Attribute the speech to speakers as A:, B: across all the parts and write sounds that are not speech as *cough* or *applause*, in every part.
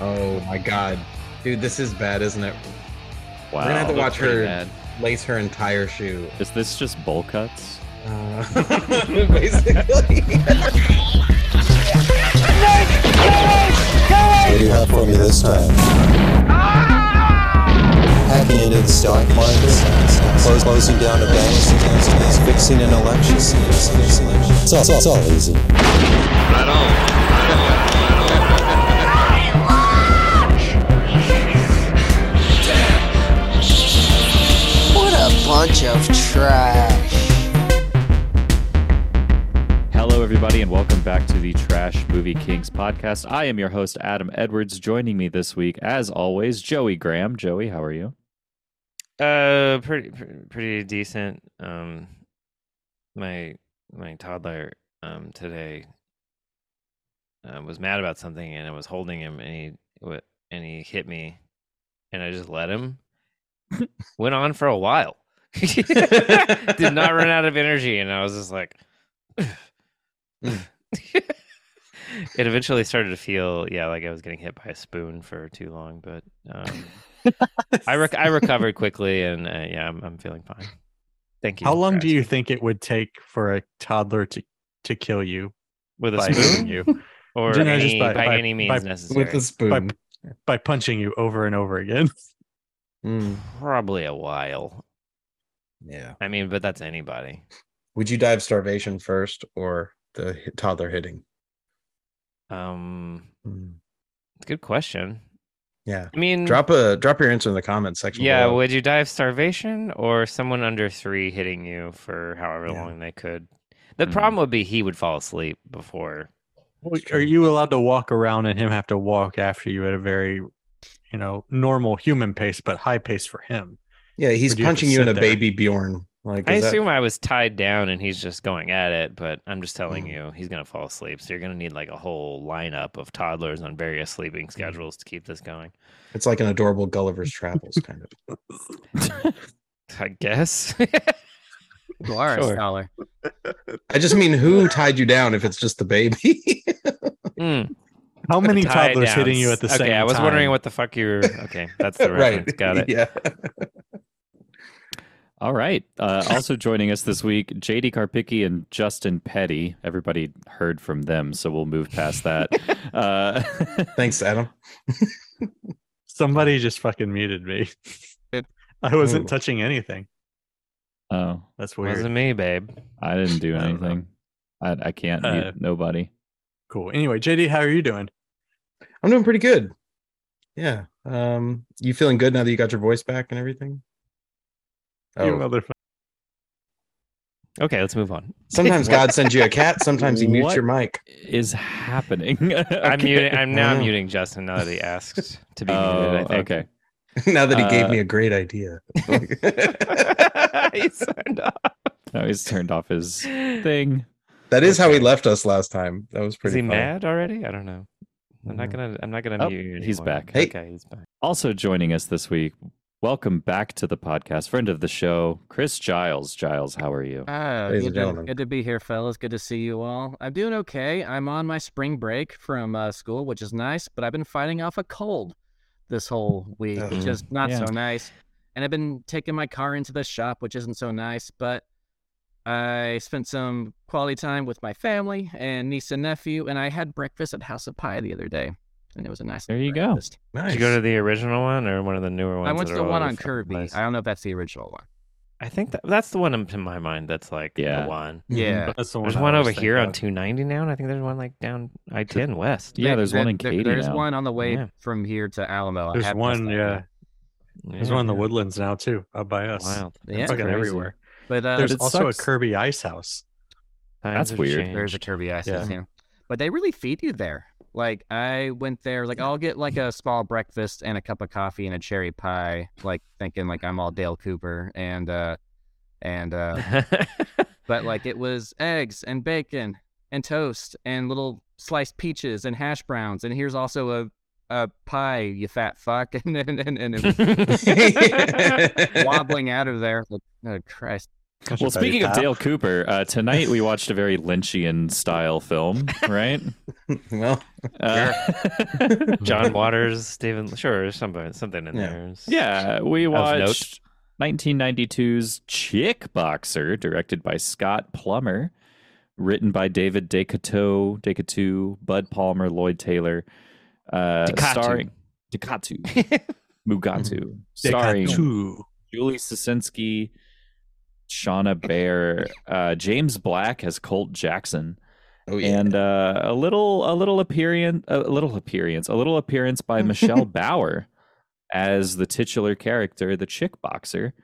A: Oh my god. Dude, this is bad, isn't it?
B: Wow.
A: We're gonna have to
B: that's
A: watch
B: pretty
A: her-
B: bad.
A: Lace her entire shoe.
B: Is this just bowl cuts?
A: Uh, *laughs* basically.
C: What do you have for me this time? Hacking into the stock market, close- closing down a bank, fixing an election. It's all, it's all easy.
D: What a bunch of trash.
B: Hello, everybody, and welcome back to the Trash Movie Kings podcast. I am your host, Adam Edwards. Joining me this week, as always, Joey Graham. Joey, how are you?
E: Uh, pretty pre- pretty decent. Um, my my toddler um today uh, was mad about something, and I was holding him, and he wa- and he hit me, and I just let him. Went on for a while. *laughs* Did not run out of energy, and I was just like. *sighs* it eventually started to feel yeah like I was getting hit by a spoon for too long, but um, I rec- I recovered quickly, and uh, yeah, I'm, I'm feeling fine. Thank you.
F: How
E: for
F: long do
E: asking.
F: you think it would take for a toddler to to kill you
E: with
F: by
E: a
F: hitting
E: spoon
F: you
E: *laughs* or
F: No, no, just
E: any, by,
F: by- by-
E: any means
F: by- with
A: *laughs*
E: necessary?
A: With a
F: by
A: spoon.
F: by punching you over and over again?
A: Mm,
E: Probably a while.
A: yeah.
E: I mean, but that's anybody.
A: Would you dive starvation first or the hit- toddler hitting?
E: Um,
A: Mm,
E: good question.
A: Yeah.
E: I mean,
A: Drop a drop your answer in the comments section.
E: Yeah,
A: below.
E: would you die of starvation or someone under three hitting you for however
A: Yeah.
E: long they could? The
F: Hmm.
B: Mm.
E: problem would be he would fall asleep before.
F: Well, Are you allowed to walk around and him have to walk after you at a very, you know, normal human pace but high pace for him?
A: yeah,
F: Or
A: he's
F: do you have to
A: punching you in a
F: sit there?
A: baby Bjorn. Like
E: I
A: is that-
E: assume I was tied down and he's just going at it, but I'm just telling
F: Mm.
E: you, he's going to fall asleep. So you're going to need like a whole lineup of toddlers on various sleeping
F: Mm.
E: schedules to keep this going.
A: it's like an adorable Gulliver's Travels kind of.
E: I guess.
G: *laughs* You are
E: Sure.
G: a scholar.
A: I just mean who tied you down if it's just the baby? *laughs*
E: Mm.
F: How *laughs* many
E: Tie it
F: toddlers
E: down.
F: hitting you at the
E: okay,
F: same time?
E: I was wondering what the fuck you were. Okay, that's
F: *laughs*
E: the reference. Got
A: *laughs*
E: it.
A: Yeah.
B: All right. Uh, also joining us this week, JD Karpicki and Justin Petty. Everybody heard from them, so we'll move past that. uh, *laughs*
A: Thanks, Adam.
F: somebody just fucking muted me.
G: Good.
F: *laughs* I wasn't
A: Ooh.
F: touching anything.
B: oh,
F: That's weird.
E: Wasn't me, babe.
B: I didn't do
F: I don't know.
B: anything. I, I can't
F: Uh,
B: mute nobody.
F: Cool. Anyway, JD, how are you doing?
A: I'm doing pretty good. Yeah. Um, you feeling good now that you got your voice back and everything?
F: You
A: Oh,
F: motherfucker.
E: Okay, let's move on. *laughs*
A: sometimes God sends you a cat. Sometimes he mutes
B: What?
A: your mic. *laughs*
B: is happening.
E: I'm
B: *laughs* Okay.
E: muting. I'm
F: *laughs*
E: now
A: Wow.
E: muting Justin now that he asked to be muted. I
B: Oh,
E: think.
B: okay.
A: now that he
B: Uh,
A: gave me a great idea.
E: *laughs* he signed off.
B: Now he's turned off his
E: Is
B: thing.
A: that is how he
E: okay.
A: left us last time. That was pretty
E: he
A: funny.
E: mad already? I don't know. I'm not gonna. I'm not gonna
B: Oh,
E: mute. You
B: he's
E: anymore.
B: back.
A: Hey.
E: Okay, Mm. he's back.
B: Also joining us this week, welcome back to the podcast, friend of the show, Chris Giles. Giles, how are you?
G: Ah,
A: Ladies
G: good,
A: and
G: to,
A: gentlemen.
G: good to be here, fellas. Good to see you all. I'm doing okay. I'm on my spring break from uh, school, which is nice, but I've been fighting off a cold this whole week, which
A: Oh,
G: is not
B: yeah.
G: so nice. And I've been taking my car into the shop, which isn't so nice, but I spent some quality time with my family and niece and nephew, and I had breakfast at House of Pie the other day. And it was a nice
B: There you go.
G: breakfast.
A: Nice.
E: Did you go to the original one or one of the newer ones?
G: I went
E: that
G: to
E: are
G: the
E: all
G: one
E: over
G: on
E: fucking
G: Kirby.
E: place?
G: I don't know if that's the original one.
E: I think that, that's the one in in my mind. That's like
B: Yeah.
E: the one.
A: Mhm.
G: Yeah.
F: That's the
E: There's
F: I
E: one
F: was
E: over here
F: thinking
E: on 290 now, and I think there's one like down I-10 West.
B: Yeah,
G: There-
B: there's
G: there-
B: one in
G: there-
B: Katy
G: There's
B: now.
G: one on the way
E: Yeah.
G: from here to Alamo. I
F: There's
G: had missed
F: one,
G: that
F: yeah.
G: one.
F: There's one in the woodlands now too, up by us.
E: Wild.
G: Yeah.
F: Fucking
E: Crazy.
F: everywhere.
G: But uh,
F: There's
B: it
F: also
B: sucks.
F: a Kirby Ice House.
B: That's
E: Times have
B: weird.
G: there's a
E: changed.
G: Kirby Ice
F: Yeah.
G: House, yeah. But they really feed you there. Like I went there, like I'll get like a small breakfast and a cup of coffee and a cherry pie, like thinking like I'm all Dale Cooper and uh and uh but like it was eggs and bacon and toast and little sliced peaches and hash browns and here's also a a pie, you fat fuck,
B: *laughs*
G: *laughs* and and and, and it was wobbling out of there. Like, oh Christ!
B: Well, speaking of Dale Cooper, uh, tonight
G: *laughs*
B: we watched a very Lynchian style film, right?
A: *laughs* well,
B: Uh,
E: *laughs* John Waters, David. Sure, there's somebody, something in
A: Yeah.
E: there.
B: yeah, we
E: That was
B: watched 1992's Chick Boxer, directed by Scott Plummer, written by David Decato, Decato, Bud Palmer, Lloyd Taylor, uh,
E: Decatu.
B: starring Decatu, Mugatu, starring
F: Two.
B: Julie Sosinski, Shauna Bear, uh, James Black as Colt Jackson,
A: oh yeah.
B: and uh, a little a little appearance a little appearance a little
A: *laughs*
B: appearance by Michelle Bauer as the titular character, the chick boxer,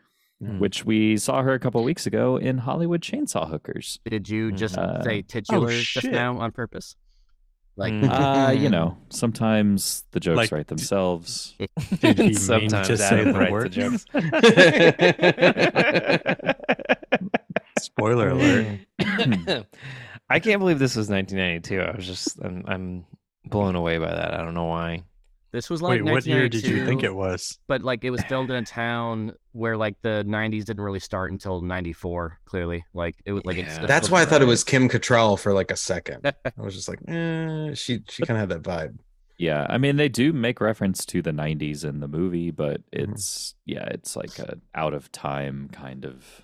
A: Mm.
B: which we saw her a couple weeks ago in Hollywood Chainsaw
A: *laughs*
B: Hookers.
G: Did you just
B: Uh,
G: say titular just
F: Oh, shit.
G: now on purpose? Like
E: Mm.
B: Uh, you know, sometimes the jokes
F: Like-
B: write themselves.
F: Did he mean
E: Sometimes
F: to say
E: Adam
F: the
E: writes
F: word?
E: jokes.
F: *laughs*
E: *laughs*
F: Spoiler alert. *laughs*
E: Hmm. I can't believe this was 1992. I was just, I'm, I'm blown away by that. I don't know why.
G: this was like
F: Wait, what year did you think
G: 1992,
F: it was?
G: But like it was filmed in a town where like the '90s didn't really start until '94. Clearly, like it was like it's
E: Yeah.
G: still-
A: That's why I thought it was Kim Cattrall for like a second.
E: *laughs*
A: I was just like, eh, she she kind of had that vibe.
B: Yeah, I mean they do make reference to the '90s in the movie, but
A: Mhm.
B: it's yeah, it's like a out of time kind of.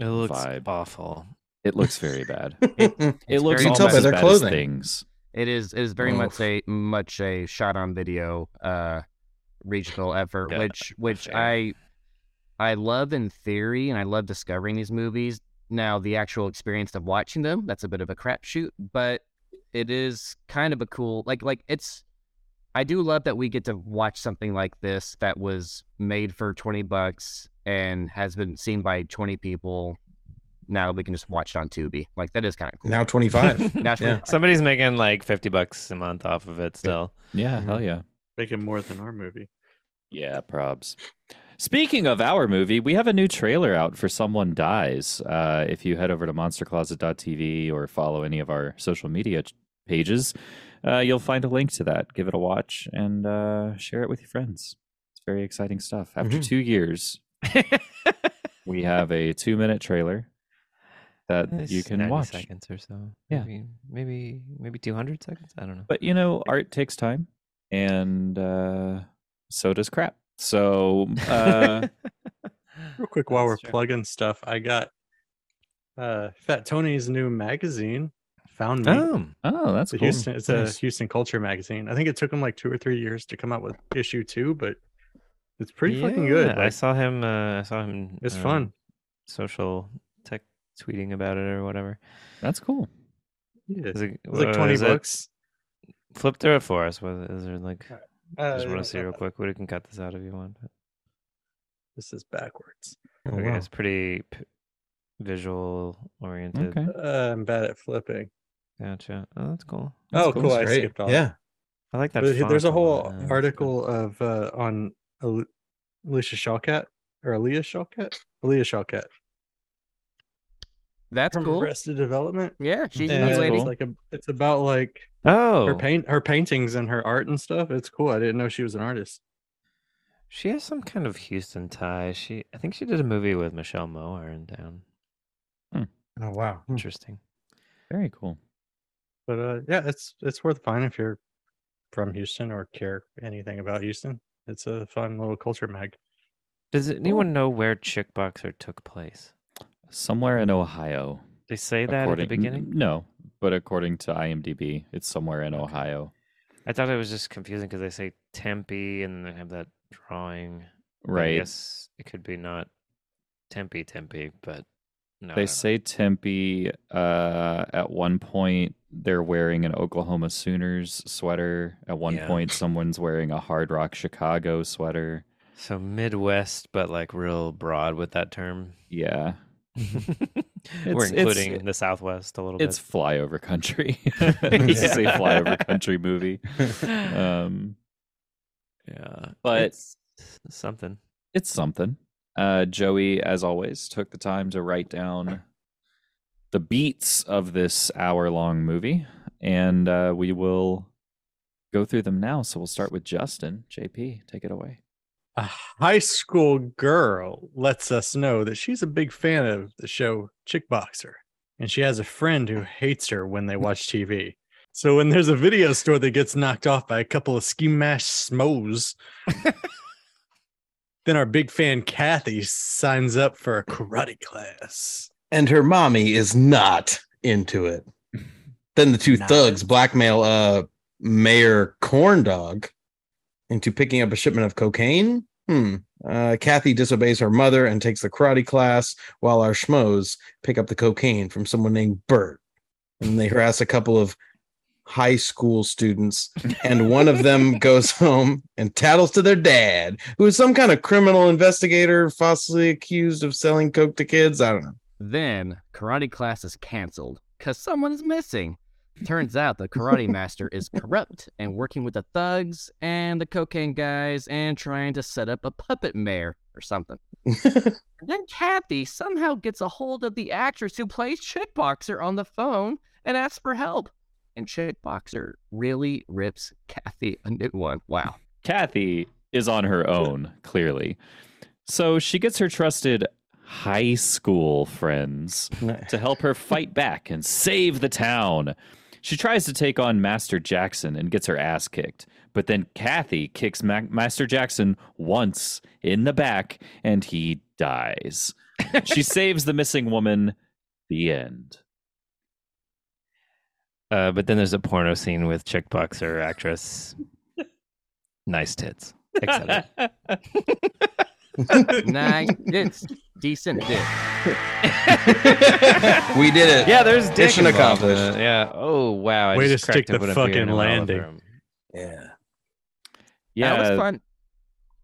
E: It looks
B: Vibe.
E: awful.
B: It looks very bad.
A: *laughs* it
B: It looks
G: very- You
B: almost
G: can tell by
B: as
A: their
B: bad
A: clothing.
B: as things.
G: It is it is very much
A: Oof.
G: a much a shot on video uh
A: *laughs*
G: regional effort,
E: Yeah,
G: which which
E: fair.
G: I I love in theory and I love discovering these movies. Now the actual experience of watching them, that's a bit of a crapshoot, but it is kind of a cool like like it's I do love that we get to watch something like this that was made for twenty bucks and has been seen by twenty people. Now we can just watch it on Tubi. Like that is kind of cool.
A: Now twenty
E: *laughs*
A: five. *laughs*
G: Now-
A: Yeah.
E: Somebody's making like 50 bucks a month off of it still.
F: *laughs*
B: Yeah,
A: Mm-hmm.
B: hell yeah.
F: Making more than our movie.
B: Yeah, probs. Speaking of our movie, we have a new trailer out for Someone Dies. Uh, if you head over to monstercloset.tv or follow any of our social media ch- pages, uh, you'll find a link to that. Give it a watch and uh, share it with your friends. It's very exciting stuff. After
F: Mm-hmm.
A: Mhm.
B: two years, we have a two minute trailer that you
E: It's
B: can
E: 90
B: watch.
E: seconds or so.
B: Yeah.
E: Maybe, maybe, maybe 200 seconds. I don't know. *laughs*
B: But you know, art takes time, and uh, so does crap. So
F: *laughs*
B: uh,
F: Real quick, while we're
E: That's true.
F: plugging stuff, I got uh, Fat Tony's new magazine. Found me.
E: Oh,
B: oh, that's
F: It's a
B: cool.
F: Houston. It's
A: Nice.
F: a Houston culture magazine. I think it took them like two or three years to come out with issue two, but it's pretty fucking good.
E: Yeah, I
F: Like,
E: saw him. Uh, I saw him.
F: it's
E: um,
F: fun.
E: Social tech tweeting about it or whatever.
B: That's cool.
F: Yeah.
E: Is
F: It's
E: it,
F: like
E: uh,
F: twenty
E: is it-
F: bucks.
E: flip through it for us. Was is there like? I
F: Uh,
E: just want to see real quick. We can cut this out if you want. but-
F: This is backwards.
A: Oh,
E: okay,
A: wow.
E: it's pretty p- visual oriented.
B: Okay.
F: Uh, I'm bad at flipping.
E: Gotcha. Oh, that's cool.
F: oh, cool! I
A: Great.
F: skipped off.
A: Yeah.
E: I like that.
F: But he- there's
E: font
F: a
E: lot.
F: whole
E: Yeah, that's good.
F: article of uh, on Al- Alicia Shawkat or Aaliyah Shawkat, Aaliyah Shawkat
G: That's
F: from
G: cool.
F: Arrested Development.
G: Yeah, she's a
F: And
G: new
F: it's
G: lady.
F: like a, it's about like
E: Oh,
F: her paint, her paintings and her art and stuff. It's cool. I didn't know she was an artist.
E: she has some kind of Houston tie. She, I think she did a movie with Michelle Moore in town.
B: Hmm.
A: Oh wow.
F: Hmm.
E: Interesting.
B: Very cool.
F: But uh, yeah, it's it's worth a find if you're from Houston or care anything about Houston. It's a fun little culture mag.
E: Does anyone know where Chick Boxer took place?
B: Somewhere in Ohio.
E: They say that at the
B: according-
E: beginning.
B: n- No, but according to IMDb, it's somewhere in
E: Okay.
B: Ohio.
E: I thought it was just confusing because they say Tempe and then they have that drawing. but I
B: Right.
E: guess it could be not Tempe, Tempe, but no. I
B: They
E: don't
B: say Tempe. Uh, at one point, they're wearing an Oklahoma Sooners sweater. At one
E: Yeah.
B: point, someone's wearing a Hard Rock Chicago sweater.
E: know. so Midwest, but like real broad with that term.
B: Yeah,
E: *laughs* We're
B: it's-
E: including the Southwest a little
B: it's
E: *laughs*
B: flyover country. *laughs* this is a
E: Yeah.
B: flyover country movie.
E: bit.
B: Um,
E: *laughs* yeah,
B: but-
E: it's something.
B: it's something. Uh, Joey, as always, took the time to write down the beats of this hour long movie, and uh, we will go through them now. So we'll start with Justin. JP, take it away.
F: a high school girl lets us know that she's a big fan of the show Chick Boxer, and she has a friend who hates her when they watch TV. So when there's a video store that gets knocked off by a couple of ski mash smos, then our big fan Kathy signs up for a karate class.
A: and her mommy is not into it. Then the two
F: Not.
A: thugs blackmail uh Mayor Corndog into picking up a shipment of cocaine. Hmm. Uh, Kathy disobeys her mother and takes the karate class, while our schmoes pick up the cocaine from someone named Bert. And they harass a couple of high school students, and one of them goes home and tattles to their dad, who is some kind of criminal investigator, falsely accused of selling coke to kids. I don't know.
G: Then karate class is canceled because someone's missing. Turns out the *laughs* karate master is corrupt and working with the thugs and the cocaine guys and trying to set up a puppet mayor or *laughs* something. And then Kathy somehow gets a hold of the actress who plays Chickboxer on the phone and asks for help. And Chickboxer really rips Kathy a new one. *laughs* Wow.
B: Kathy is on her own, clearly. So she gets her trusted high school friends to help her fight back and save the town. She tries to take on Master Jackson and gets her ass kicked. But then Kathy kicks Ma- Master Jackson once in the back and he dies. she saves the missing woman. The end.
E: Uh, but then there's a porno scene with chick boxer actress. nice tits.
B: *laughs*
E: Excited.
G: Nice. It's decent. dick.
A: we did it.
E: yeah, there's dick
A: Mission
E: involved in
A: accomplished.
E: it. Yeah. Oh wow. I
F: Way
E: just
F: to stick
E: cracked open
F: the
E: a beer
F: fucking
E: in a mellow
F: landing.
E: room.
A: Yeah.
B: Yeah,
G: That was fun.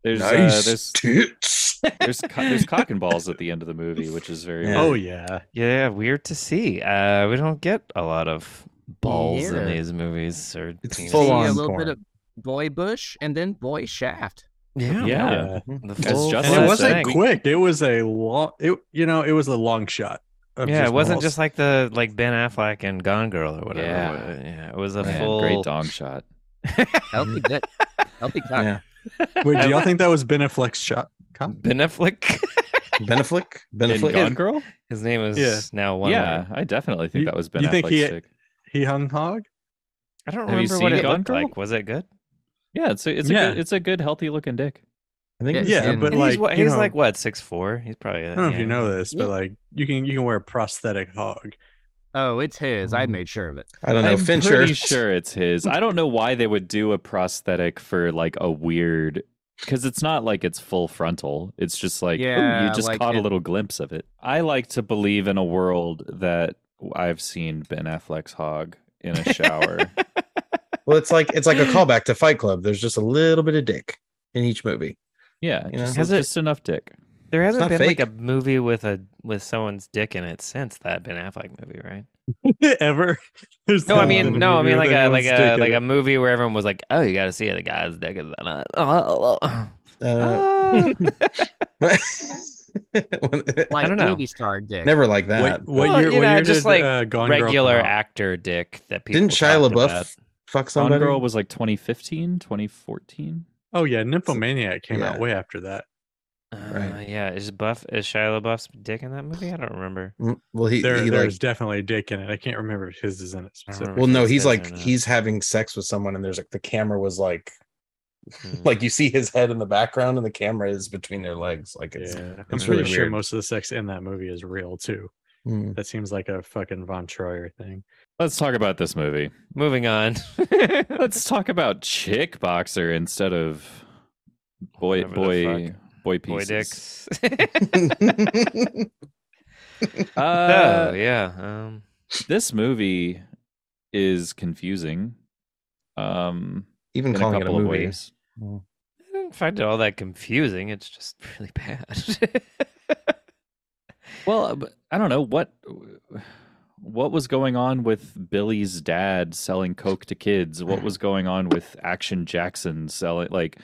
B: there's uh,
A: nice
B: there's
A: tits.
B: there's co- there's cock and balls at the end of the movie, which is very
A: Yeah.
B: weird.
F: Oh yeah,
E: *laughs* Yeah, weird to see. Uh, we don't get a lot of balls in
G: Yeah.
E: these movies. Or
A: It's
E: penises.
A: full
G: see
A: on
G: a little
A: porn.
G: bit of boy bush and then boy
F: *laughs*
G: shaft.
E: Yeah.
B: yeah.
E: The
B: As
E: full
B: Justin
F: and it
E: full
B: Well,
F: wasn't
E: thing.
F: quick. It was a long. It you know it was a long shot. of
E: Yeah, it wasn't
F: balls.
E: just like the like Ben Affleck and Gone Girl or whatever.
B: Yeah.
E: yeah it was a
B: Man,
E: full.
B: great dong shot.
G: Healthy dick. Healthy cock.
A: Yeah.
F: Wait, do y'all think that was Ben Affleck's shot? Cop?
E: Ben Affleck. *laughs*
A: Beneflick?
B: In
A: Beneflick?
B: Gone Girl?
E: His name is
F: Yeah.
E: now one. uh,
B: yeah,
E: word.
B: I definitely think
F: You-
B: that was Ben
F: you think
B: Affleck's
F: he-
B: dick.
F: He hung hog.
E: I don't
B: Have you
E: remember what
B: seen
E: it
B: Gone
E: looked
B: Girl?
E: like. Was it good?
B: Yeah, it's a, it's a
F: Yeah.
B: good, it's a good healthy looking dick.
A: I think
G: Yeah,
A: it was
F: Yeah,
G: in-
F: but
E: And
F: like
E: he's what,
F: you
E: he's
F: know,
E: like what six four? He's probably. uh,
F: I don't know if you know this, but like you can you can wear a prosthetic hog. *laughs*
G: Oh, it's his. I made sure of it.
A: I don't know.
B: I'm
A: Fincher.
B: pretty sure it's his. I don't know why they would do a prosthetic for like a weird because it's not like it's full frontal. It's just like ooh,
G: Yeah,
B: you just
G: like
B: caught a
G: it-
B: little glimpse of it. I like to believe in a world that I've seen Ben Affleck's hog in a shower.
A: Well, it's like it's like a callback to Fight Club. There's just a little bit of dick in each movie.
B: yeah,
A: You know?
B: just,
E: Has it-
B: just enough dick.
E: There hasn't
A: not
E: been
A: fake.
E: like a movie with a with someone's dick in it since that Ben Affleck movie, right?
F: Ever? There's
E: No, I
A: Um,
E: mean, no, I
F: movie
E: mean like
F: with
E: a
F: anyone's
E: like
F: dick
E: a
F: in
E: like
F: it.
E: a movie where everyone was like, "Oh, you got to see it, the guy's dick is." *laughs* Uh, oh, oh,
A: Uh, *laughs*
E: oh."
G: Like
E: don't know.
G: movie star dick.
A: never like that.
F: What, what
E: Well,
F: year?
E: you
F: what
E: know,
F: year
E: just
F: did,
E: like
F: uh, Gone Girl
E: regular
F: come out?
E: actor dick that people
A: Didn't Shia
E: talked
A: LaBeouf
E: about.
A: fuck
B: Gone
A: somebody?
B: Girl was like 2015, 2014.
F: Oh yeah, Nymphomaniac came out
A: Yeah.
F: way after that.
E: Uh,
A: Right.
E: Yeah, is Buff is Shia LaBeouf's dick in that movie? I don't remember.
A: Mm, Well, he,
F: There,
A: he
F: there's
A: like.
F: definitely a dick in it. I can't remember if his is in
E: I
F: it.
E: don't
F: specifically.
E: remember
A: Well,
E: if
A: no,
E: it's
A: he's
E: his
A: like
E: or not.
A: he's having sex with someone, and there's like the camera was like
E: Hmm.
A: like you see his head in the background, and the camera is between their legs. Like it's
F: Yeah, I'm
A: it's
F: pretty
A: really
F: sure
A: weird.
F: most of the sex in that movie is real too.
A: Mm.
F: That seems like a fucking Von Troyer thing.
B: Let's talk about this movie.
E: *laughs*
A: *laughs*
E: moving on.
B: Let's talk about chick boxer instead of boy
E: Whatever the
B: boy boy pieces.
E: Boy dicks. *laughs*
A: *laughs*
B: Uh, *laughs*
E: *laughs* oh yeah. Um,
B: This movie is confusing. Um,
A: Even
B: in a
A: calling it a
B: couple of
A: movie.
B: ways.
E: I didn't find it all that confusing. It's just really bad. *laughs*
B: Well, uh, but I don't know what what was going on with Billy's dad selling coke to kids. What
E: *laughs*
B: was going on with Action Jackson selling like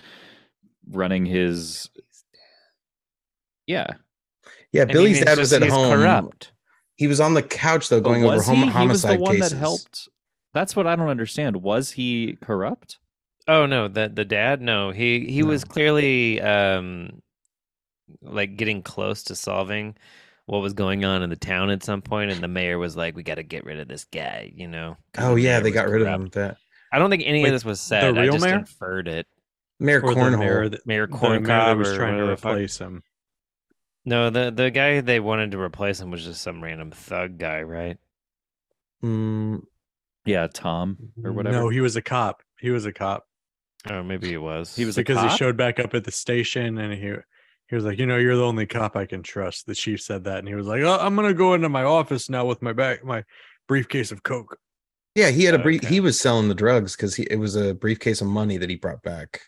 B: running his yeah.
A: Yeah,
E: I mean,
A: Billy's
E: he's
A: dad was
E: just-
A: at
E: he's
A: home.
E: Corrupt.
A: He was on the couch though,
B: But
A: going over
B: was
A: homo-
B: he? He was
A: homicide
B: the one
A: cases.
B: that helped. That's what I don't understand. Was he corrupt?
E: Oh no, the the dad? No, he he was clearly um like getting close to solving what was going on in the town at some point, and the mayor was like, "We got to get rid of this guy," you know. 'cause
A: Oh
E: the
A: yeah,
E: mayor
A: they
E: was
A: got rid of
E: corrupt.
A: him. That
E: I don't think any
F: Wait,
E: of this was said. I
F: real
E: just
F: mayor?
E: inferred it.
A: Mayor
F: Or the mayor
A: Cornhole.
F: that,
E: Mayor
F: the mayor that
E: Corncob
F: was
E: or
F: trying to
E: whatever the fuck-
F: replace him.
E: No, the the guy they wanted to replace him was just some random thug guy, right?
A: Mm,
B: Yeah, Tom or whatever.
F: No, he was a cop. He was a cop.
E: Or maybe it was.
B: He was a
F: because he
B: cop?
F: showed back up at the station and he he was like, you know, you're the only cop I can trust. The chief said that, and he was like, oh, I'm gonna go into my office now with my back my briefcase of coke.
A: yeah, he had a brief.
E: Okay.
A: He was selling the drugs because he it was a briefcase of money that he brought back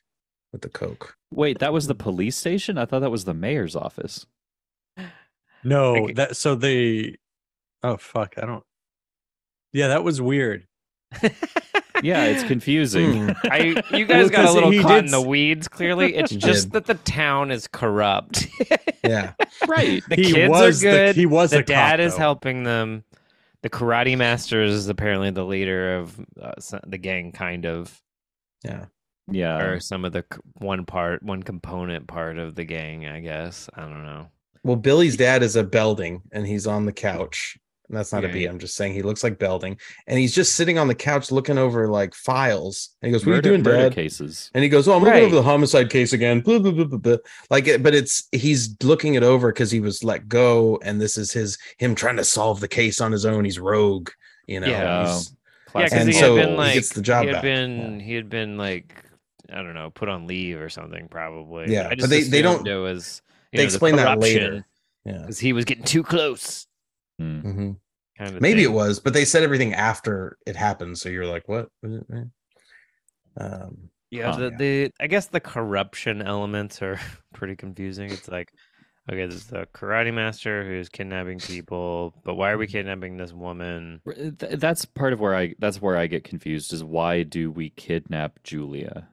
A: with the coke.
B: Wait, that was the police station? I thought that was the mayor's office.
F: No,
E: Okay.
F: that so they, oh fuck, I don't. Yeah, that was weird.
B: Yeah,
E: *laughs*
B: it's confusing.
A: Hmm.
E: I, you guys got a
F: because
E: little
F: he
E: caught
F: did
E: in the
F: s-
E: weeds. Clearly, it's
A: He
E: just
A: did.
E: that the town is corrupt. *laughs*
A: Yeah, *laughs*
B: right.
E: The
F: he
E: kids
F: was
E: are good.
F: The, he was
E: the
F: a
E: dad
F: cop,
E: is
F: though.
E: helping them. The karate master is apparently the leader of uh, so- the gang, kind of,
A: yeah.
B: Yeah.
E: or some of the c- one part, one component part of the gang. I guess I don't know.
A: Well, Billy's dad is a Belding, and he's on the couch. And that's not a
E: Yeah.
A: beat. I'm just saying he looks like Belding, and he's just sitting on the couch looking over like files. And he goes, "What
B: murder,
A: are you doing,
B: murder
A: Dad?"
B: cases.
A: And he goes, "Oh, I'm looking
E: Right.
A: over the homicide case again." Blah, blah, blah, blah, blah. Like, it- but it's he's looking it over because he was let go, and this is his him trying to solve the case on his own. He's rogue, you know.
E: Yeah.
A: he's-
E: Yeah, because
A: And
E: he
A: so
E: had been
A: he
E: like
A: gets the job
E: he had
A: back,
E: been he had been like I don't know, put on leave or something probably.
A: Yeah,
E: I
A: but
E: just
A: they- they don't-
E: assumed It was
A: they explain that later. yeah.
E: because he was getting too close.
B: Mm.
A: Mhm.
E: Kind of
A: Maybe
E: thing.
A: it was, but they said everything after it happened. So you're like, "What?" was it, man? Um,
E: Yeah,
B: Huh.
E: the, the I guess the corruption elements are *laughs* pretty confusing. It's like, okay, there's the karate master who's kidnapping people, but why
A: Mm-hmm.
E: are we kidnapping this woman?
B: R- uh, th- That's part of where I that's where I get confused is why do we kidnap Julia?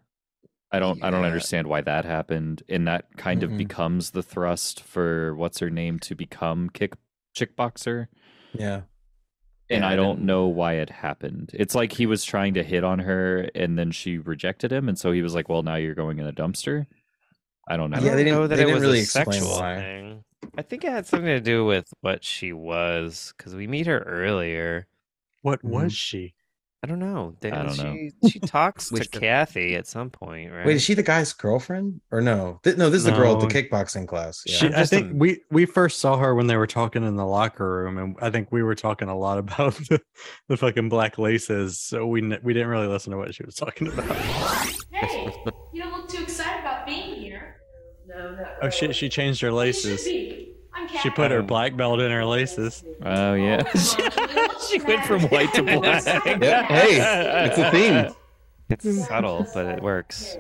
B: I don't I don't
E: Yeah.
B: understand why that happened and that kind
A: Mhm.
B: of becomes the thrust for what's her name to become kick chick boxer
A: yeah.
B: and
E: Yeah,
B: I
E: I
B: don't
E: didn't-
B: know why it happened. It's like he was trying to hit on her and then she rejected him and so he was like, "Well, now you're going in the dumpster." I don't know.
E: I
A: Yeah,
E: don't
A: they didn't-
E: know that
A: they
E: it
A: didn't
E: was
A: really
E: a
A: explain
E: sexual
A: why.
E: thing. I think it had something to do with what she was, because we meet her earlier.
F: What
A: Mhm.
F: was she?
E: I don't know. They,
B: I don't know.
E: she, She talks to
G: Which the-
E: Kathy at some point, right?
A: *laughs* Wait, is she the guy's girlfriend or no? Th- no, this is the girl at the
F: No.
A: kickboxing class. Yeah.
F: She,
E: I'm
F: I
E: just a-
F: think we we first saw her when they were talking in the locker room, and I think we were talking a lot *laughs* about the, the fucking black laces. So we n- we didn't really listen to what she was talking *laughs* about.
H: Hey, you don't look too excited about being here. No, no.
F: Oh shit, she changed her laces.
H: I'm
F: She
A: Um,
H: *laughs*
F: put her black belt in her laces.
B: Oh yeah.
F: *laughs*
H: she
B: went
E: *laughs*
B: from white to black.
H: *laughs*
A: Yep. Hey, it's a theme.
E: it's subtle, but it works.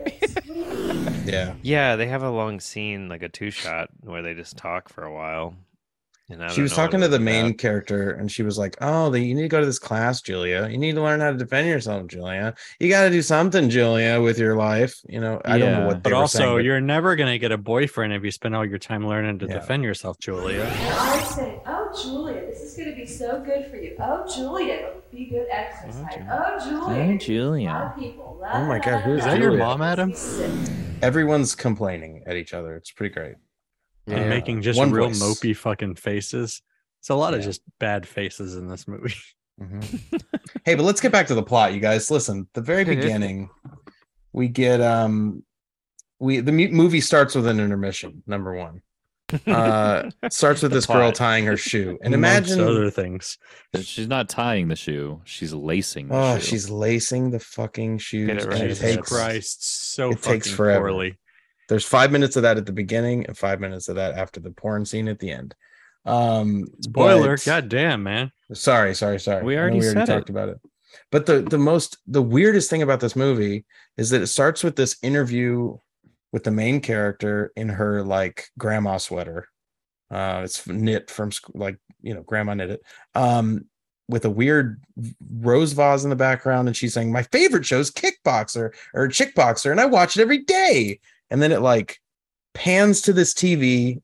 A: Yeah.
E: Yeah, they have a long scene, like a two shot, where they just talk for a while. And I
A: She
E: don't
A: was
E: know what
A: talking
E: it
A: to
E: was
A: the main
E: about.
A: character and she was like, Oh, the, you need to go to this class, Julia. You need to learn how to defend yourself, Julia. You got to do something, Julia, with your life. You know, I don't know
B: Yeah.
A: what they
F: But
A: were
F: also,
A: saying,
F: you're never gonna get a boyfriend if you spend all your time learning to
A: Yeah.
F: defend yourself, Julia.
H: And I say, oh, Julia, this is going to be so good for you. Oh, Julia, it'll be good exercise. Oh,
B: *laughs*
H: Julia.
B: Oh, Julia.
H: Our people love
A: Oh my God, who is
F: Is that your
A: Julia.
F: mom, Adam?
A: everyone's complaining at each other. It's pretty great.
F: And making just
A: One
F: real
A: voice.
F: mopey fucking faces. It's a lot of
A: Yeah.
F: just bad faces in this movie.
A: Mhm. hey, but let's get back to the plot, you guys. Listen, the very beginning, we get um, we the mu- movie starts with an intermission. Number one, uh, *laughs*
E: *laughs*
A: starts with
E: The
A: this girl
E: plot.
A: tying her shoe, and
F: *laughs* amongst
A: imagine
F: other things.
B: She's not tying the shoe. She's lacing the
A: Oh,
B: shoe.
A: she's lacing the fucking shoes.
E: Get it
A: and
E: right.
F: Jesus
E: takes-
F: Christ, so
A: it
F: fucking
A: takes forever.
F: poorly.
A: There's five minutes of that at the beginning and five minutes of that after the porn scene at the end. Um,
F: Spoiler,
A: but-
F: goddamn man.
A: Sorry, sorry, sorry.
B: We
A: I know
B: already said
A: talked about it. But the the most the weirdest thing about this movie is that it starts with this interview with the main character in her like grandma sweater. Uh, it's knit from sc- like you know grandma knit it. Um, with a weird rose vase in the background, and she's saying, "My favorite show's Kickboxer or Chickboxer, and I watch it every day." And then it like pans to this TV,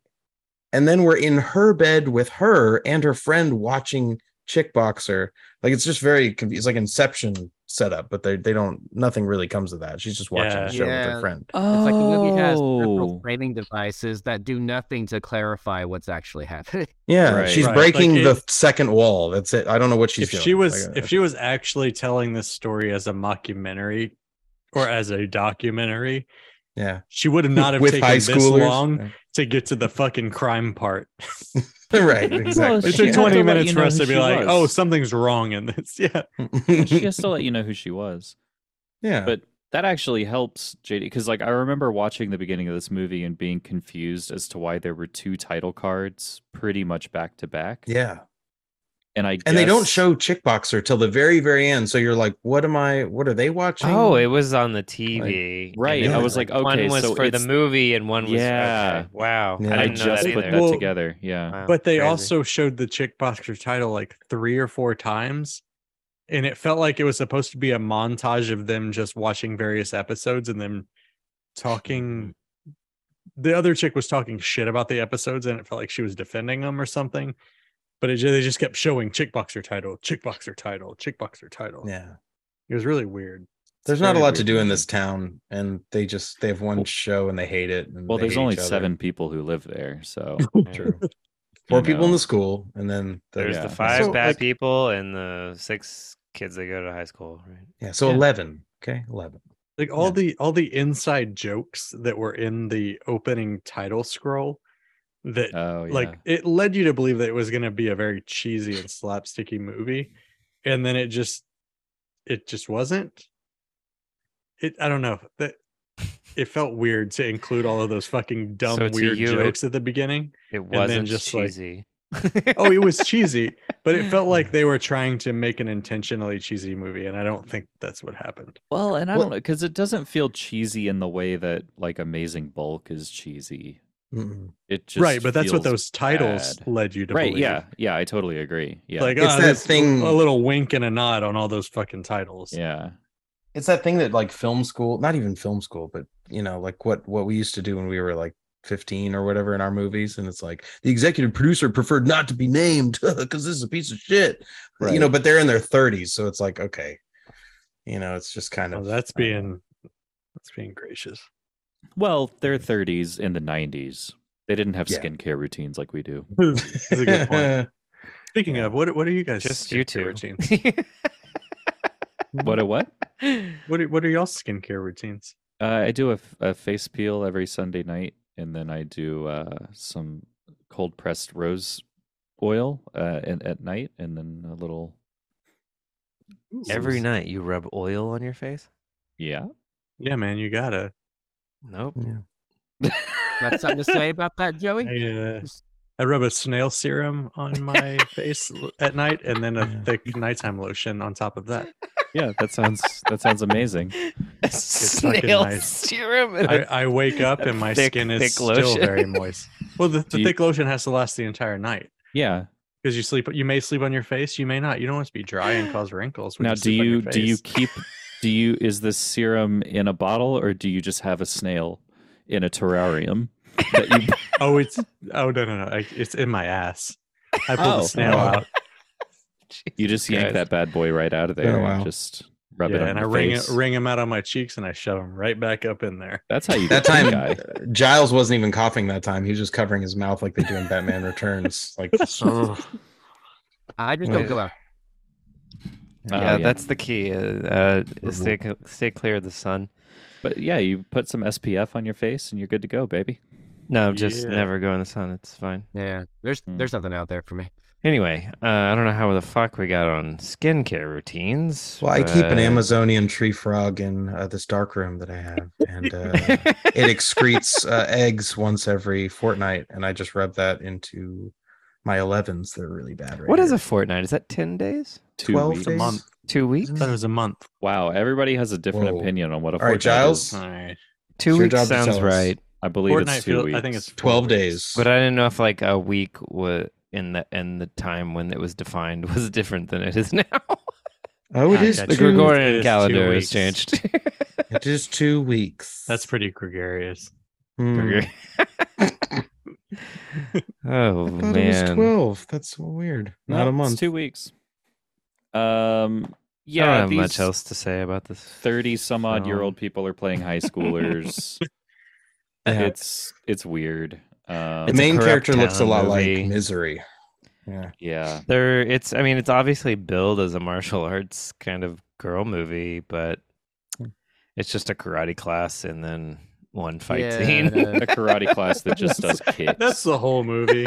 A: and then we're in her bed with her and her friend watching chick boxer like it's just very confu- it's like inception setup, but they they don't nothing really comes of that. She's just watching
F: Yeah.
A: the show with
G: Yeah.
A: her friend.
B: Oh,
G: It's like the movie has several
E: Oh.
G: framing devices that do nothing to clarify what's actually happening. *laughs*
A: Yeah,
B: Right.
A: she's
F: Right.
A: breaking
F: Like,
A: the
F: it-
A: second wall. That's it. I don't know what she's
F: if
A: doing.
F: she was
A: Like, uh,
F: if she was actually telling this story as a mockumentary or as a documentary,
A: yeah,
F: she would have not have
A: with
F: taken
A: high
F: this
A: schoolers,
F: long to get to the fucking crime part.
A: *laughs* right? Exactly.
F: It
B: She
F: took
B: had to
F: 20
B: let
F: minutes
B: you
F: for
B: know
F: us
B: who
F: to be
B: she
F: like,
B: was.
F: oh, something's wrong in this. *laughs* Yeah.
E: *laughs*
B: she has to let you know who she was.
A: yeah,
B: But that actually helps JD because, like, I remember watching the beginning of this movie and being confused as to why there were two title cards pretty much back to back.
A: yeah.
B: and I
A: And they don't
B: guess-
A: show Chickboxer till the very, very end. So you're like, what am I? What are they watching?
E: Oh, it was on the TV. and
B: right.
E: then
A: I
E: it
A: was
B: like,
E: one
B: okay,
E: was
B: so
E: for the
B: it's-
E: movie and one was
B: Yeah.
E: okay, Wow,
A: Yeah.
E: I
B: I
E: didn't know
B: just
E: that
B: put
E: either.
B: that
F: Well-
B: together. Yeah.
E: Wow,
F: But they
E: crazy.
F: also showed the chick boxer title like three or four times. And it felt like it was supposed to be a montage of them just watching various episodes and them talking. The other chick was talking shit about the episodes and it felt like she was defending them or something. But it, ju- they just kept showing chick boxer title, chick boxer title, chick boxer title.
A: yeah.
F: It was really weird.
A: There's not a
B: very
A: lot to
B: weird
A: do in
B: movie.
A: this town, and they just they have one show and they hate it. And
B: Well,
A: they
B: there's
A: hate
B: only
A: each other.
B: seven people who live there, so
E: Yeah.
A: True. *laughs* Four
B: *laughs* you
A: people in
B: know.
A: the school, and then the-
E: There's
B: Yeah.
E: the five
A: So,
E: bad
A: like-
E: people and the six kids that go to high school. Right?
A: yeah, so
B: Yeah.
A: eleven. Okay, eleven.
F: like all
A: Yeah.
F: the all the inside jokes that were in the opening title scroll that
B: Oh yeah.
F: like it led you to believe that it was going to be a very cheesy and slapsticky movie and then it just it just wasn't it i don't know that it felt weird to include all of those fucking dumb
E: So to
F: weird
E: you, it-
F: jokes at the beginning
E: It
F: then
E: wasn't
F: just, like-
E: cheesy.
F: oh
E: *laughs*
F: it was cheesy but it felt like they were trying to make an intentionally cheesy movie and i don't think that's what happened
B: well, and I
A: well-
B: don't know because it doesn't feel cheesy in the way that like Amazing Bulk is cheesy.
A: Mm-mm.
B: It just
F: right but that's what
B: feels
F: those titles
B: bad.
F: led you to
B: Right.
F: believe
B: Yeah. Yeah. I totally agree. Yeah.
F: like
A: It's
F: "Ah,
A: that
F: this-
A: thing-
F: a little wink and a nod on all those fucking titles
B: yeah.
A: It's that thing that like film school, not even film school, but you know, like what what we used to do when we were like fifteen or whatever in our movies, and it's like the executive producer preferred not to be named *laughs* because this is a piece of shit, you know. But they're in their thirties, so it's like okay, you know, it's just kind
F: Oh,
A: of
F: that's
A: I don't know.
F: being that's being gracious
B: Well, their 30s and the 90s. They didn't have
A: Yeah.
B: skincare routines like we do.
F: That's a good
A: *laughs*
F: point. Speaking
A: Yeah.
F: of, what what are you guys
E: Just you two.
F: routines?
B: What a what?
F: What are, what are y'all skincare routines?
B: Uh, I do a, f- a face peel every Sunday night, and then I do uh, some cold pressed rose oil uh, in, at night, and then a little
E: *laughs* Every night you rub oil on your face?
B: yeah.
F: Yeah, man, you gotta.
A: *laughs*
E: Nope.
G: Got something to say about that, Joey?
F: I, uh, I rub a snail serum
A: *laughs*
F: on my face l- at night, and then a
A: Yeah.
F: thick nighttime lotion on top of that.
B: Yeah, that sounds that sounds amazing.
F: fucking
E: Snail
A: *laughs*
F: nice.
E: serum. and
F: I,
E: a-
F: I wake up
E: a
F: and my
E: thick,
F: skin is
E: thick
F: still
E: lotion.
B: *laughs*
F: very moist. Well, the,
B: Do
F: the
B: you-
F: thick lotion has to last the entire night
B: Yeah.
F: because you sleep. You may sleep on your face, you may not. You don't want to be dry and cause wrinkles. when
B: now, do
F: sleep on your
B: you do you
F: face.
B: keep do you is this serum in a bottle or do you just have a snail in a terrarium? That you,
F: Oh, it's oh no no no! I, it's in my ass. I pulled
B: Oh.
F: the snail
A: Oh.
F: out.
B: you just yank
E: Christ.
B: that bad boy right out of there.
A: a
B: and
A: while.
B: Just rub it
F: yeah,
B: on
F: and I
B: your
F: ring it,
B: face.
F: ring them out on my cheeks, and I shove them right back up in there.
B: That's how you
A: That
B: get that
A: time-
B: guy.
A: Giles wasn't even coughing that time. He was just covering his mouth like they do in Batman Returns.
F: *laughs*
A: Like
F: Oh.
G: I just don't
E: Yeah.
G: go out.
B: Oh,
E: yeah, that's the key. Uh, uh, stay c- stay clear of the sun.
B: But yeah, you put some SPF on your face and you're good to go, baby.
E: No, just
F: Yeah.
E: never go in the sun. It's fine.
G: Yeah, there's
E: Hmm.
B: Mm.
G: there's nothing out
E: *sighs*
G: there for me.
E: Anyway, uh, I don't know how the fuck we got on skincare routines.
A: well, I keep an
E: but-
A: Amazonian tree frog in uh, this dark room that I have, and uh, it excretes uh, eggs once every fortnight, and I just rub that into my 11s. They're really bad right
E: what is
A: now.
E: a fortnight? Is that ten days?
B: Two
A: 12
B: weeks.
A: days?
F: month.
E: Two
F: I
E: weeks?
F: thought it was a month.
B: Wow, everybody has a different
A: Whoa.
B: opinion on what a
A: All right,
B: fortnight is.
A: Giles?
F: All right,
E: Two
A: It's your job
E: weeks
A: to tell
E: sounds
A: us.
E: right.
B: I believe
F: Fortnite.
B: it's two
F: Feel,
B: weeks.
F: I think it's four
A: 12
F: weeks.
A: days.
E: But I didn't know if like a week was in the in the time when it was defined *laughs* was different than it is now.
A: oh, it
F: I
A: is
F: got
E: the
F: Two-
A: two-
F: it is
E: Gregorian
F: two
E: calendar has *laughs*
F: weeks.
E: changed.
A: It is two weeks.
F: That's pretty gregarious.
A: Hmm.
E: oh
A: I thought it was
E: man.
A: 12. That's weird. Not
B: No,
A: a month.
B: It's two weeks. Um.
E: I don't
B: yeah,
E: have
B: these
E: much else to say about this.
B: 30 some odd year
E: film.
B: old people are playing high schoolers.
F: *laughs*
A: Yeah.
B: It's it's weird. Um,
A: the
E: It's a
A: main
E: corrupt
A: character looks a
E: town
A: lot
E: movie.
A: like Misery. Yeah. *laughs*
B: yeah.
E: There, it's. I mean, it's obviously billed as a martial arts kind of girl movie, but Hmm. it's just a karate class and then one fight
G: Yeah,
E: scene.
G: it
B: A karate class that just
F: *laughs*
B: does kicks.
F: That's the
B: *laughs*
F: whole movie.